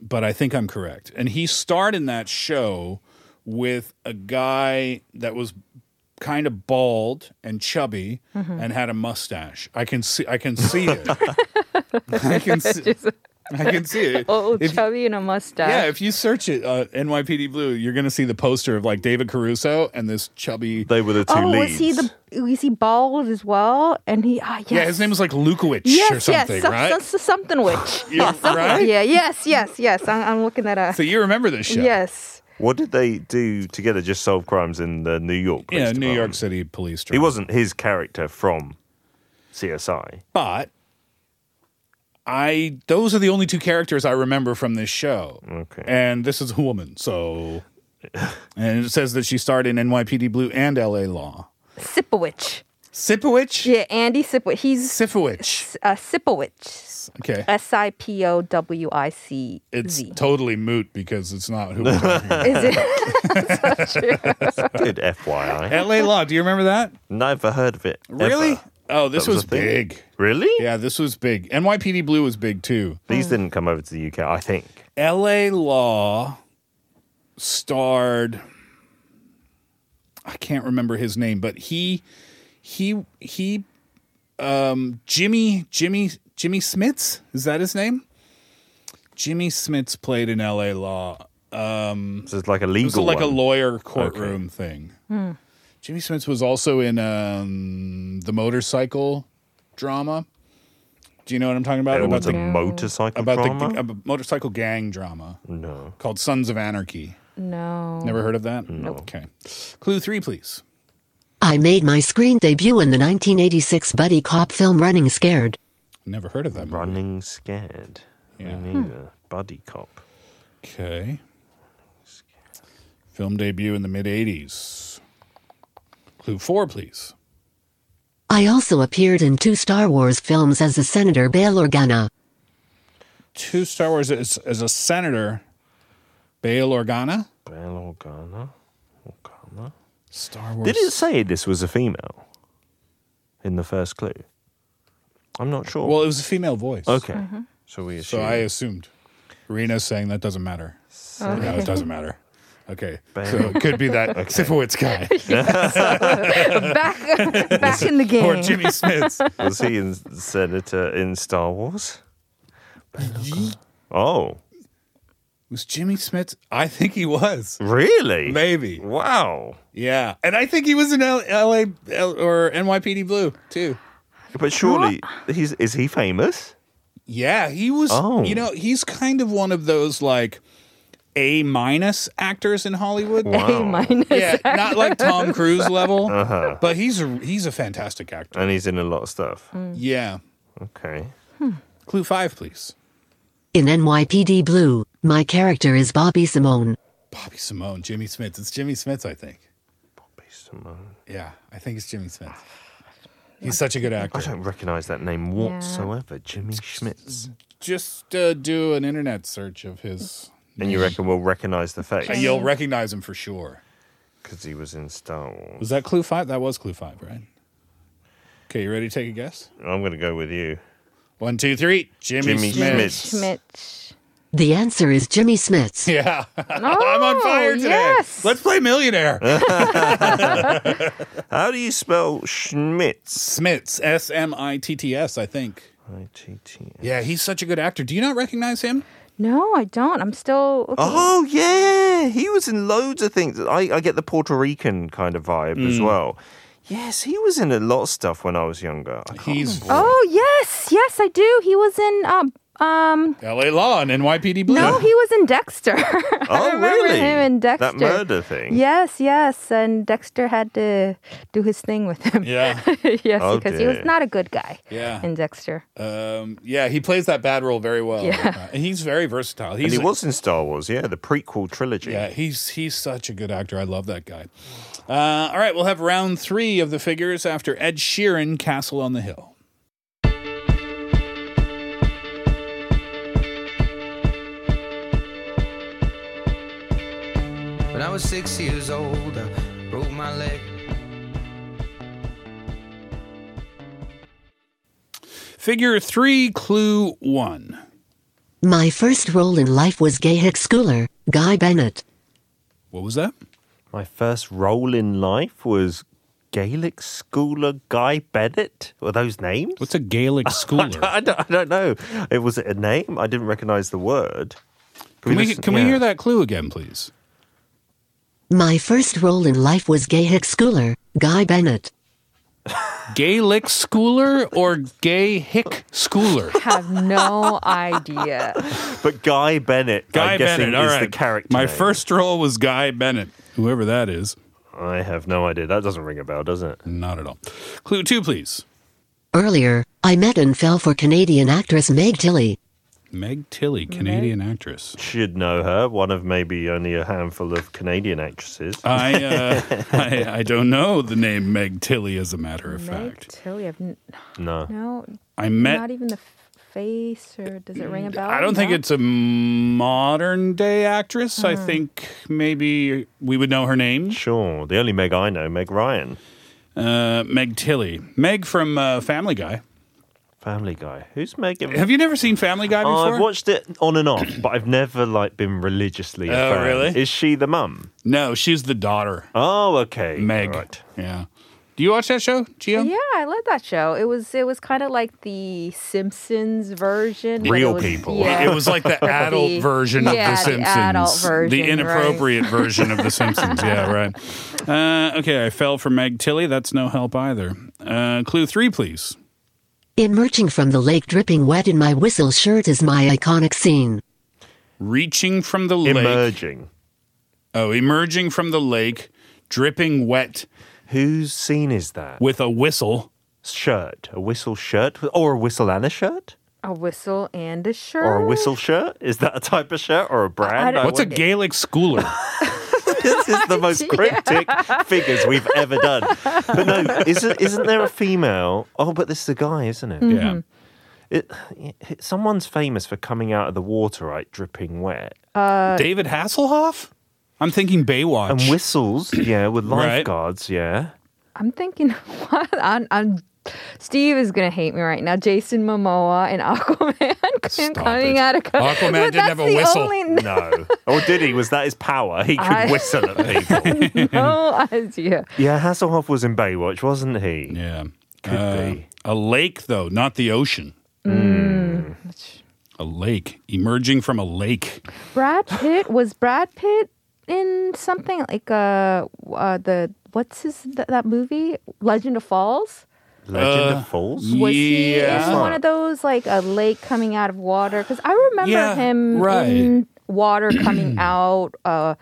S4: but I think I'm correct. And he starred in that show with a guy that was kind of bald and chubby and had a mustache. I can see I can see
S7: <laughs>
S4: it. I can see I can see it.
S7: Oh,
S4: If-
S7: chubby and a mustache.
S4: yeah, if you search it, uh, NYPD Blue, you're going to see the poster of like David Caruso and this chubby.
S6: They were the two
S7: oh,
S6: leads.
S7: was he the? Was he bald as well? And he, ah, yes.
S4: Yeah, his name was like Lukowicz
S7: yes,
S4: or something,
S7: yes, some-
S4: right?
S7: some- some-
S4: <laughs>
S7: something which.
S4: Yeah, right?
S7: yeah, yes, yes, yes. I'm, I'm looking that up.
S4: So you remember this show?
S7: Yes.
S6: What did they do together? Just solve crimes in the New York police
S4: Yeah, New York
S6: department?
S4: City Police
S6: He
S4: Department.
S6: wasn't his character from CSI.
S4: but I those are the only two characters I remember from this show.
S6: Okay.
S4: And this is a woman,
S6: <laughs>
S4: so and it says that she starred in NYPD Blue and LA Law.
S7: Sipowicz.
S4: Sipowicz?
S7: Yeah, Andy Sipowicz. He's
S4: Sipowicz.
S7: uh, Sipowicz.
S4: Okay.
S7: S I P O W I C
S4: It's
S7: Z.
S4: totally moot because it's not
S6: <laughs>
S4: who we're talking about.
S7: Is it?
S6: Good <laughs> FYI.
S4: LA Law, do you remember that?
S6: Never heard of it. ever.
S4: Really? Oh, this
S6: That was
S4: was,
S6: a thing?
S4: big.
S6: Really?
S4: Yeah, this was big. NYPD Blue was big too.
S6: These didn't come over to the UK, I think.
S4: LA Law starred I can't remember his name, but he he he um Jimmy Jimmy Jimmy Smits, is that his name? Jimmy Smits played in LA Law.
S6: So it's like a
S4: It
S6: legal
S4: was like a
S6: one.
S4: lawyer courtroom thing. Jimmy Smits was also in um the motorcycle drama. Do you know what I'm talking about?
S6: There
S4: about
S6: was a
S4: the
S6: motorcycle
S4: about
S6: drama?
S4: the ab- motorcycle gang drama
S6: no.
S4: called Sons of Anarchy.
S7: <laughs> No.
S4: Never heard of that? Nope. Okay. Clue three, please.
S9: I made my screen debut in the 1986 buddy cop film Running Scared.
S4: Never heard of that. movie.
S6: Running Scared.
S4: Yeah.
S6: Me neither. Buddy Cop.
S4: Okay. Film debut in the mid 80s. Clue four, please.
S9: I also appeared in two Star Wars films as a Senator Bail Organa.
S4: Two Star Wars as, as a senator, Bail Organa.
S6: Bail Organa. Organa.
S4: Star Wars.
S6: Did it say this was a female in the first clue? I'm not sure.
S4: Well, it was a female voice.
S6: okay. So we assume.
S4: So I assumed. Rena's saying that doesn't matter. No, it doesn't matter. Okay. So it could be that Sifowitz guy
S7: Back, back in the game.
S4: or <laughs> Jimmy Smith's.
S6: was he
S4: <laughs>
S6: in Senator in Star Wars? Oh,
S4: Was Jimmy Smith? I think he was.
S6: really?
S4: Maybe.
S6: Wow.
S4: Yeah, and I think he was in L- L.A. L- or NYPD Blue too.
S6: But surely he's is he famous?
S4: Yeah, he was.
S6: Oh.
S4: You know, he's kind of one of those like A minus actors in Hollywood.
S7: A <laughs> minus.
S4: <laughs> Yeah, not like
S6: <laughs>
S4: Tom Cruise level,
S6: Uh-huh.
S4: but he's a, he's a fantastic actor.
S6: And he's in a lot of stuff.
S4: Mm. Yeah.
S6: Okay.
S4: Clue five, please.
S9: In NYPD Blue, my character is Bobby Simone.
S4: Bobby Simone, Jimmy Smith. It's Jimmy Smith, I think.
S6: Simone.
S4: Yeah, I think it's Jimmy <sighs> Smith. He's such a good
S6: I
S4: actor.
S6: don't recognise that name whatsoever. Jimmy Schmitz.
S4: Just uh, do an internet search of his.
S6: And you reckon we'll recognise the face
S4: and You'll recognize him for sure.
S6: because he was in Star Wars?
S4: Was that clue five? That was clue five, right? Okay, you ready to take a guess?
S6: I'm going to go with you.
S4: One, two, three. Jimmy,
S6: Jimmy
S4: Smith.
S6: Smith.
S7: Schmidt.
S9: The answer is Jimmy Smits.
S4: <laughs> Yeah. I'm on fire today.
S7: Oh, yes.
S4: Let's play Millionaire.
S6: How do you spell Schmitz?
S4: Smits, S M I T T S, I think.
S6: I-T-T-S.
S4: Yeah, he's such a good actor. Do you not recognize him?
S7: No, I don't. I'm still. looking.
S6: Oh yeah, he was in loads of things. I, I get the Puerto Rican kind of vibe as well. Yes, he was in a lot of stuff when I was younger. I can't
S4: He's
S7: Oh yes, yes, I do. He was in um um.
S4: LA Law and NYPD Blue.
S7: No, he was in Dexter. <laughs>
S6: Oh,
S7: I remember
S6: really?
S7: him in
S6: That
S7: Dexter.
S6: murder thing?
S7: Yes, yes, and Dexter had to do his thing with him.
S4: Yeah.
S7: <laughs> yes,
S6: Oh,
S7: because he was
S6: dear.
S7: not a good guy.
S4: Yeah.
S7: in Dexter.
S4: Um, yeah, he plays that bad role very well.
S7: Yeah.
S4: Uh, and he's very versatile.
S6: And
S4: He's
S6: he was in Star Wars, yeah, the prequel trilogy.
S4: Yeah, he's he's such a good actor. I love that guy. Uh, all right, we'll have round three of the figures after Ed Sheeran, Castle on the Hill.
S2: When I was six years old, I broke my leg.
S4: Figure three, clue one.
S9: My first role in life was gay hick schooler, Guy Bennett.
S4: What was that?
S6: My first role in life was Gaelic schooler Guy Bennett. Were those names?
S4: What's a
S6: <laughs>
S4: Gaelic schooler?
S6: I don't, I don't know. It was it a name. I didn't recognize the word.
S4: Can we
S6: listen-
S4: can we
S6: yeah.
S4: hear that clue again, please?
S9: My first role in life was gay hick schooler, Guy Bennett.
S4: Gaelic schooler or gay hick
S6: <laughs>
S4: schooler?
S7: Have no idea.
S6: But Guy Bennett,
S4: Guy
S6: I'm guessing,
S4: Bennett. All
S6: is
S4: right.
S6: the character.
S4: My
S6: name.
S4: first role was Guy Bennett, whoever that is.
S6: I have no idea. That doesn't ring a bell, does it?
S4: Not at all. Clue two, please.
S9: Earlier, I met and fell for Canadian actress Meg Tilly.
S4: Meg Tilly, Canadian actress.
S6: Should know her. One of maybe only a handful of Canadian actresses.
S4: I,
S6: <laughs>
S4: uh, I I don't know the name Meg Tilly, as a matter of
S7: Meg
S4: fact.
S7: Tilly, I've n-
S6: no.
S7: no,
S4: I
S7: not
S4: met.
S7: even the f- face, or does it ring a bell?
S4: I don't think
S7: No?
S4: it's a modern day actress. I
S7: Hmm.
S4: think maybe we would know her name.
S6: Sure. The only Meg I know, Meg Ryan.
S4: Uh, Meg Tilly, Meg from uh, Family Guy.
S6: Family Guy. Who's Meg? in-
S4: Have you never seen Family Guy before?
S6: I've watched it on and off, but I've never like been religiously. A
S4: Oh,
S6: fan.
S4: really?
S6: Is she the mum?
S4: no, she's the daughter,
S6: Oh, okay.
S4: Meg.
S6: Right.
S4: Yeah. Do you watch that show, Gio?
S7: Yeah, I love that show. It was it was kind of like the Simpsons version. but it
S4: real
S7: was-
S4: people.
S7: Yeah.
S4: It was like the adult
S7: The-
S4: version of The
S7: yeah, the
S4: Simpsons.
S7: adult version,
S4: The inappropriate version
S7: <laughs>
S4: of The Simpsons. Yeah, right. Uh, okay, I fell for Meg Tilly. That's no help either. Uh, clue three, please.
S9: Emerging from the lake dripping wet in my whistle shirt is my iconic scene.
S4: Reaching from the lake.
S6: Emerging.
S4: Oh, emerging from the lake, dripping wet
S6: Whose scene is that?
S4: with a whistle.
S6: shirt, a whistle shirt, or a whistle and a shirt,
S7: a whistle and a shirt.
S6: or a whistle shirt. Is that a type of shirt or a brand?
S7: don't-
S6: I
S4: What's a
S6: wonder.
S4: Gaelic
S6: <laughs>
S4: schooler?
S6: this is the most cryptic figures we've ever done. But no, isn't isn't there a female? Oh, but this is a guy, isn't it?
S4: yeah.
S6: It, it- someone's famous for coming out of the water right, dripping wet, Uh,
S4: David Hasselhoff? I'm thinking Baywatch.
S6: and whistles. <clears throat> Yeah, with
S4: Right.
S6: lifeguards. Yeah.
S7: I'm thinking, <laughs> what? I'm, I'm, Steve is gonna hate me right now. Jason Momoa and Aquaman <laughs>
S4: Stop
S7: coming
S4: it.
S7: out of co-
S4: Aquaman
S7: But
S4: didn't have
S7: that's
S4: a
S7: the
S4: whistle.
S7: Only,
S4: <laughs>
S7: <laughs>
S6: No. <laughs> Or did he? Was that his power? He could
S7: I-
S6: whistle at
S7: <laughs>
S6: people.
S7: no idea.
S6: yeah, Hasselhoff was in Baywatch, wasn't he?
S4: Yeah. Uh,
S6: Could be.
S4: A lake, though, not the ocean.
S6: Hmm.
S4: A lake. Emerging from a lake.
S7: Brad Pitt was Brad Pitt in something like uh, uh the what's his th- that movie Legend of Falls.
S6: Legend
S4: Uh,
S6: of Falls.
S7: Was he
S4: Yeah.
S7: in one of those like a lake coming out of water? Because I remember
S4: Yeah,
S7: him
S4: right.
S7: in water
S4: <clears throat>
S7: coming out. Uh,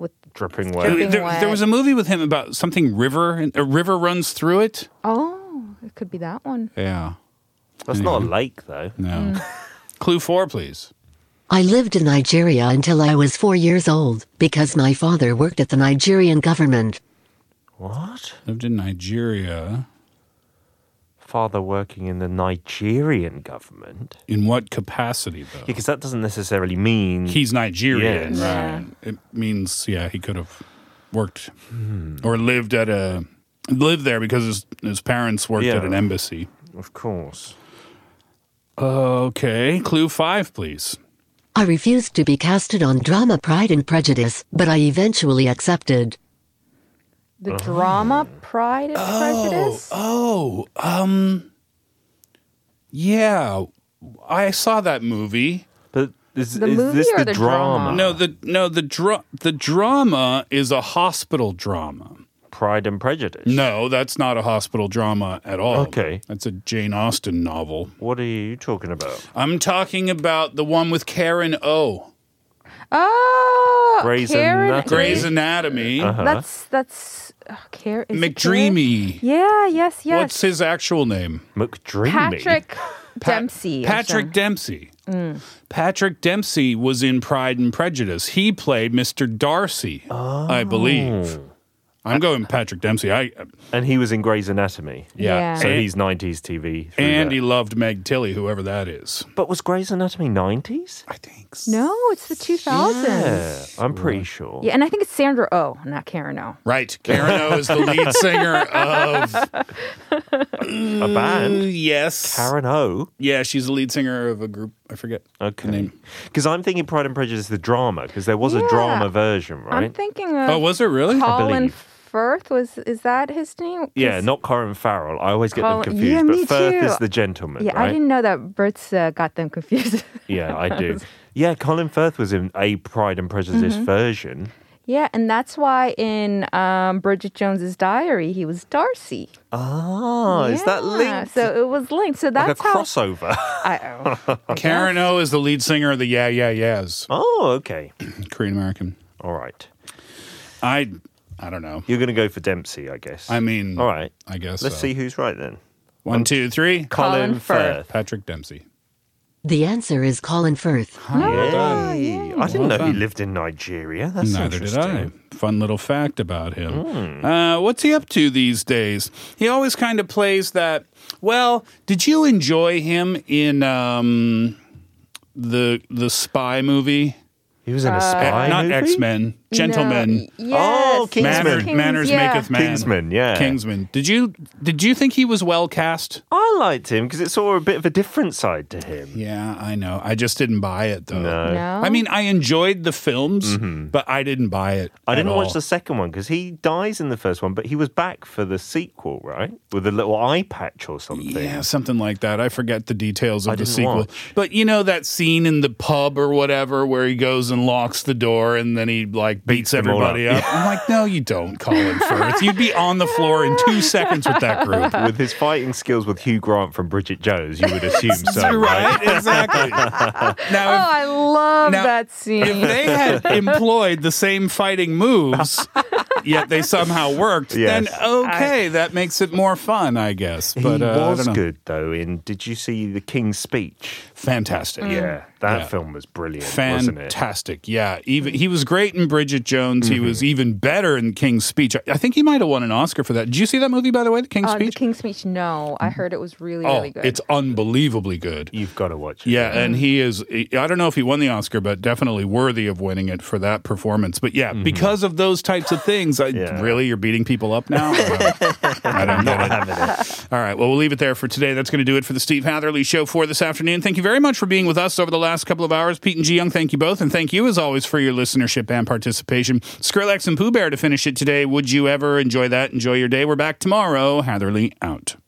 S7: with
S6: Dripping
S4: There,
S6: wet.
S7: wet.
S4: there was a movie with him about something river, and a river runs through it.
S7: oh, it could be that one.
S4: Yeah.
S6: That's not a lake, though.
S4: No. Clue four, please.
S9: I lived in Nigeria until I was four years old because my father worked at the Nigerian government.
S6: What?
S4: Lived in Nigeria.
S6: Father working in the Nigerian government?
S4: In what capacity, though?
S6: Because that doesn't necessarily mean.
S4: He's Nigerian,
S6: Yes.
S4: right? It means, yeah, he could have worked or lived at a lived there because his, his parents worked
S6: Yeah.
S4: at an embassy.
S6: Of course.
S4: Okay, clue five, please.
S9: I refused to be casted on drama Pride and Prejudice, but I eventually accepted.
S7: The
S6: Uh-huh.
S7: drama Pride and Prejudice.
S4: Oh, um, yeah, I saw that movie.
S6: But is,
S7: The
S6: is
S7: movie
S6: this
S7: or
S6: the,
S7: the
S6: drama?
S7: drama?
S4: No, the no the dra- the drama is a hospital drama.
S6: Pride and Prejudice.
S4: No, that's not a hospital drama at all.
S6: Okay.
S4: that's a Jane Austen novel.
S6: What are you talking about?
S4: I'm talking about the one with Karen O.
S7: Oh,
S6: Grey's
S7: Karen
S6: Anatomy. Uh-huh.
S4: Grey's
S7: is-
S4: Anatomy.
S7: That's that's oh, Karen. Uh-huh. is it Karen?
S4: McDreamy.
S7: Yeah. Yes. Yes.
S4: What's his actual name?
S6: McDreamy.
S7: Patrick
S4: Pat-
S7: Dempsey. um, or
S4: Patrick
S7: something.
S4: Dempsey.
S7: Mm.
S4: Patrick Dempsey was in Pride and Prejudice. He played Mr. Darcy,
S7: Oh.
S4: I believe. I'm going Patrick Dempsey. I uh,
S6: And he was in Grey's Anatomy.
S4: yeah.
S7: Yeah.
S6: So
S4: And,
S6: he's 90s TV. through
S4: and
S6: that.
S4: he loved Meg Tilly, whoever that is.
S6: But was Grey's Anatomy 90s?
S4: I think.
S7: No, it's the 2000s. Yeah.
S6: Yeah, I'm pretty sure.
S7: and I think it's Sandra Oh, not Karen O.
S4: Right. Karen O is the lead
S7: <laughs>
S4: singer of
S6: A band.
S4: Yes.
S6: Karen O.
S4: Yeah, she's the lead singer of a group. I forget.
S6: Okay. Because I'm thinking Pride and Prejudice, the drama, because there was a
S7: Yeah.
S6: drama version, right?
S7: I'm thinking of
S4: Oh, was it really?
S7: Colin
S6: believe.
S7: Firth. Was is that his name? 'Cause-
S6: yeah, not Corin Farrell. I always get
S7: Colin-
S6: them confused.
S7: Yeah,
S6: but
S7: me
S6: Firth
S7: too.
S6: is the gentleman,
S7: Yeah,
S6: right?
S7: I didn't know that Bert's uh, got them confused.
S6: Yeah, I do. Yeah, Colin Firth was in a Pride and Prejudice
S7: Mm-hmm.
S6: version.
S7: <laughs> yeah, and that's why in um, Bridget Jones's diary he was Darcy.
S6: Ah, is that
S7: Yeah,
S6: linked?
S7: So it was linked. So
S6: like a
S7: that's how.
S6: crossover. <laughs>
S4: <laughs>
S7: I, oh,
S4: Karen O is the lead singer of the Yeah Yeah Yeahs,
S6: oh, okay.
S4: Korean American.
S6: All right.
S4: I I don't know.
S6: You're going to go for Dempsey, I guess.
S4: I mean,
S6: All right.
S4: I guess.
S6: Let's
S4: so.
S6: see who's right then.
S4: One, two, three.
S7: Colin Firth.
S4: Patrick Dempsey.
S9: The answer is Colin Firth.
S6: Ah, Yay. I didn't know he
S4: done.
S6: lived in Nigeria. That's
S4: Neither did
S6: interesting.
S4: I. Fun little fact about him.
S6: Hmm.
S4: Uh, what's he up to these days? He always kind of plays that. Well, did you enjoy him in um, the the spy movie?
S6: He was in a spy
S4: Not
S6: movie?
S4: X Men, Gentlemen.
S7: No, yes,
S6: Oh, Kingsman.
S4: Manner-
S6: Kings-
S4: manners
S7: yeah.
S4: maketh man.
S6: Kingsman, yeah.
S4: Kingsman. Did you did you think he was well cast?
S6: I liked him because it saw a bit of a different side to him.
S4: Yeah, I know. I just didn't buy it though.
S6: No. Mm-hmm.
S7: No.
S4: I mean, I enjoyed the films, but I didn't buy it.
S6: I
S4: at
S6: didn't
S4: all.
S6: watch the second one because he dies in the first one, but he was back for the sequel, right? With a little eye patch or something.
S4: Yeah, something like that. I forget the details of
S6: I
S4: the
S6: didn't
S4: sequel.
S6: watch.
S4: But you know that scene in the pub or whatever where he goes and locks the door and then he like beats,
S6: them all
S4: everybody up. I'm like, no, you don't,
S6: <laughs>
S4: Colin Firth. You'd be on the floor in two seconds with that group.
S6: <laughs> With his fighting skills with Hugh Grant from Bridget Jones, you
S4: <laughs>
S6: would assume so, right?
S4: right, exactly.
S6: <laughs>
S7: Oh,
S4: Now, if-
S7: I love
S4: Now-
S7: that
S4: <laughs>
S7: scene.
S4: they had employed the same fighting moves, yet they somehow worked.
S6: Yes.
S4: Then okay, that makes it more fun, I guess. But
S6: he
S4: uh, I
S6: was
S4: don't know.
S6: good though. In did you see the King's Speech?
S7: Mm.
S4: Fantastic.
S6: Yeah, that
S4: Mm. Yeah.
S6: film was brilliant, wasn't it? Mm-hmm.
S4: Fantastic. Yeah. Even he was great in Bridget Jones. He was even better in King's Speech. I, I think he might have won an Oscar for that. Did you see that movie by the way, The King's
S7: Uh, the
S4: Speech?
S7: King's Speech. No, I heard it was really,
S4: oh,
S7: really good.
S4: it's unbelievably good.
S6: You've got to watch it.
S4: Yeah, and he is. I don't know if he won the Oscar, but definitely worthy of winning it for that performance. But yeah, because of those types of things, I,
S6: Yeah.
S4: really, you're beating people up <laughs> now. I don't know. All right, well, we'll leave it there for today. That's going to do it for the Steve Hatherley Show for this afternoon. Thank you very much for being with us over the last couple of hours, Pete and G Young. Thank you both, and thank you as always for your listenership and participation. Skrillex and Pooh Bear to finish it today. Would you ever enjoy that? Enjoy your day. We're back tomorrow. Hatherley out.